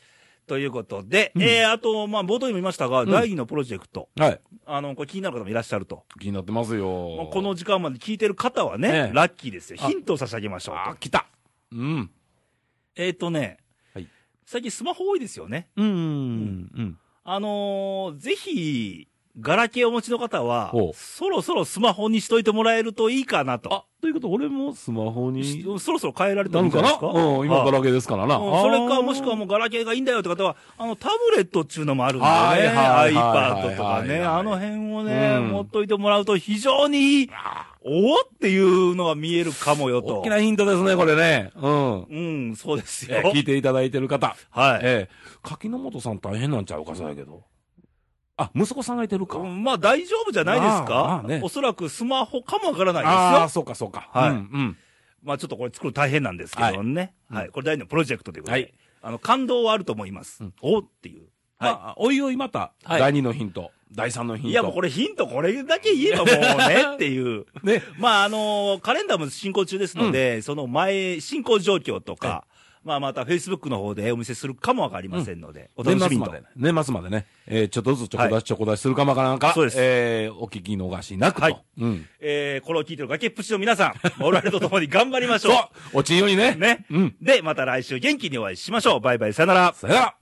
Speaker 1: ということで、えー、あと、まあ冒頭にも言いましたが、
Speaker 2: ん
Speaker 1: 第二のプロジェクト。
Speaker 2: はい。
Speaker 1: あの、これ気になる方もいらっしゃると。
Speaker 2: 気になってますよ。
Speaker 1: この、時間まで聞いてる方はね
Speaker 2: え、え
Speaker 1: ラッキーですよ。
Speaker 2: あ
Speaker 1: ヒントを差し上げましょうと。
Speaker 2: あ、来た。うん。
Speaker 1: えっ、とね、
Speaker 2: はい
Speaker 1: 最近スマホ多いですよね。
Speaker 2: うん。うん。
Speaker 1: あのーぜひ、ガラケーをお持ちの方は
Speaker 2: ほ、う
Speaker 1: そろそろスマホにしといてもらえるといいかなと。
Speaker 2: あ、ということ、俺もスマホ
Speaker 1: し
Speaker 2: に。
Speaker 1: そろそろ変えられて
Speaker 2: な
Speaker 1: もいい
Speaker 2: ん
Speaker 1: んじ
Speaker 2: か
Speaker 1: ゃないで
Speaker 2: な
Speaker 1: すか
Speaker 2: うん、今ガ
Speaker 1: ら。
Speaker 2: ラケーですからな。
Speaker 1: うんそれか、もしくはもうガラケーがいいんだよって方は、あの、タブレットっていうのもあるんでね。
Speaker 2: はいはいはいはい
Speaker 1: iPad とか
Speaker 2: はい
Speaker 1: ね、
Speaker 2: はい
Speaker 1: あの辺をね、
Speaker 2: うん
Speaker 1: 持っといてもらうと非常にいい、おおっていうのが見えるかもよと。
Speaker 2: 大きなヒントですね、これね。うん。
Speaker 1: うん、そうですよ
Speaker 2: *laughs* え。聞いていただいてる方。
Speaker 1: はい。
Speaker 2: ええ、柿の本さん大変なんちゃうか、そうやけど。あ、息子さんがいてるか。
Speaker 1: うんまあ大丈夫じゃないです
Speaker 2: まあま
Speaker 1: か
Speaker 2: あ、ね
Speaker 1: おそらくスマホかもわからない
Speaker 2: ああ、
Speaker 1: ですよ。
Speaker 2: そうか、そうか。
Speaker 1: はい
Speaker 2: うんうん。
Speaker 1: まあちょっとこれ作るの大変なんですけどね。はい。これ第二のプロジェクトということで。
Speaker 2: はい
Speaker 1: あの、感動はあると思います。
Speaker 2: うん
Speaker 1: おっていう。
Speaker 2: ま
Speaker 1: は
Speaker 2: あ、おいおいまた、
Speaker 1: はい
Speaker 2: 第2のヒント、第3のヒ
Speaker 1: い。
Speaker 2: ント。
Speaker 1: いやもうこれヒントこれだけ言えばもうねって
Speaker 2: *laughs*
Speaker 1: いう。
Speaker 2: ね。
Speaker 1: *laughs* まああのカレンダーも進行中ですので、その前、進行状況とか、
Speaker 2: は
Speaker 1: まあまた Facebook の方でお見せするかもわかりませんので、お
Speaker 2: 年
Speaker 1: 楽しみ
Speaker 2: 末ま
Speaker 1: と。
Speaker 2: でね。年末までね。えーちょっとずつちょこ
Speaker 1: は
Speaker 2: 出
Speaker 1: い
Speaker 2: しちょこ出しするかもわからんから、
Speaker 1: そうです
Speaker 2: えーお聞き逃しなくと。
Speaker 1: はい
Speaker 2: うん。
Speaker 1: えー、これを聞いてる崖っぷちの皆さん、我々と共に頑 *laughs* 張りましょ
Speaker 2: そう落ちんようにね。
Speaker 1: う。ね。
Speaker 2: うん。
Speaker 1: で、また来週元気にお会いしましょう。バイバイ、さよなら。
Speaker 2: さよなら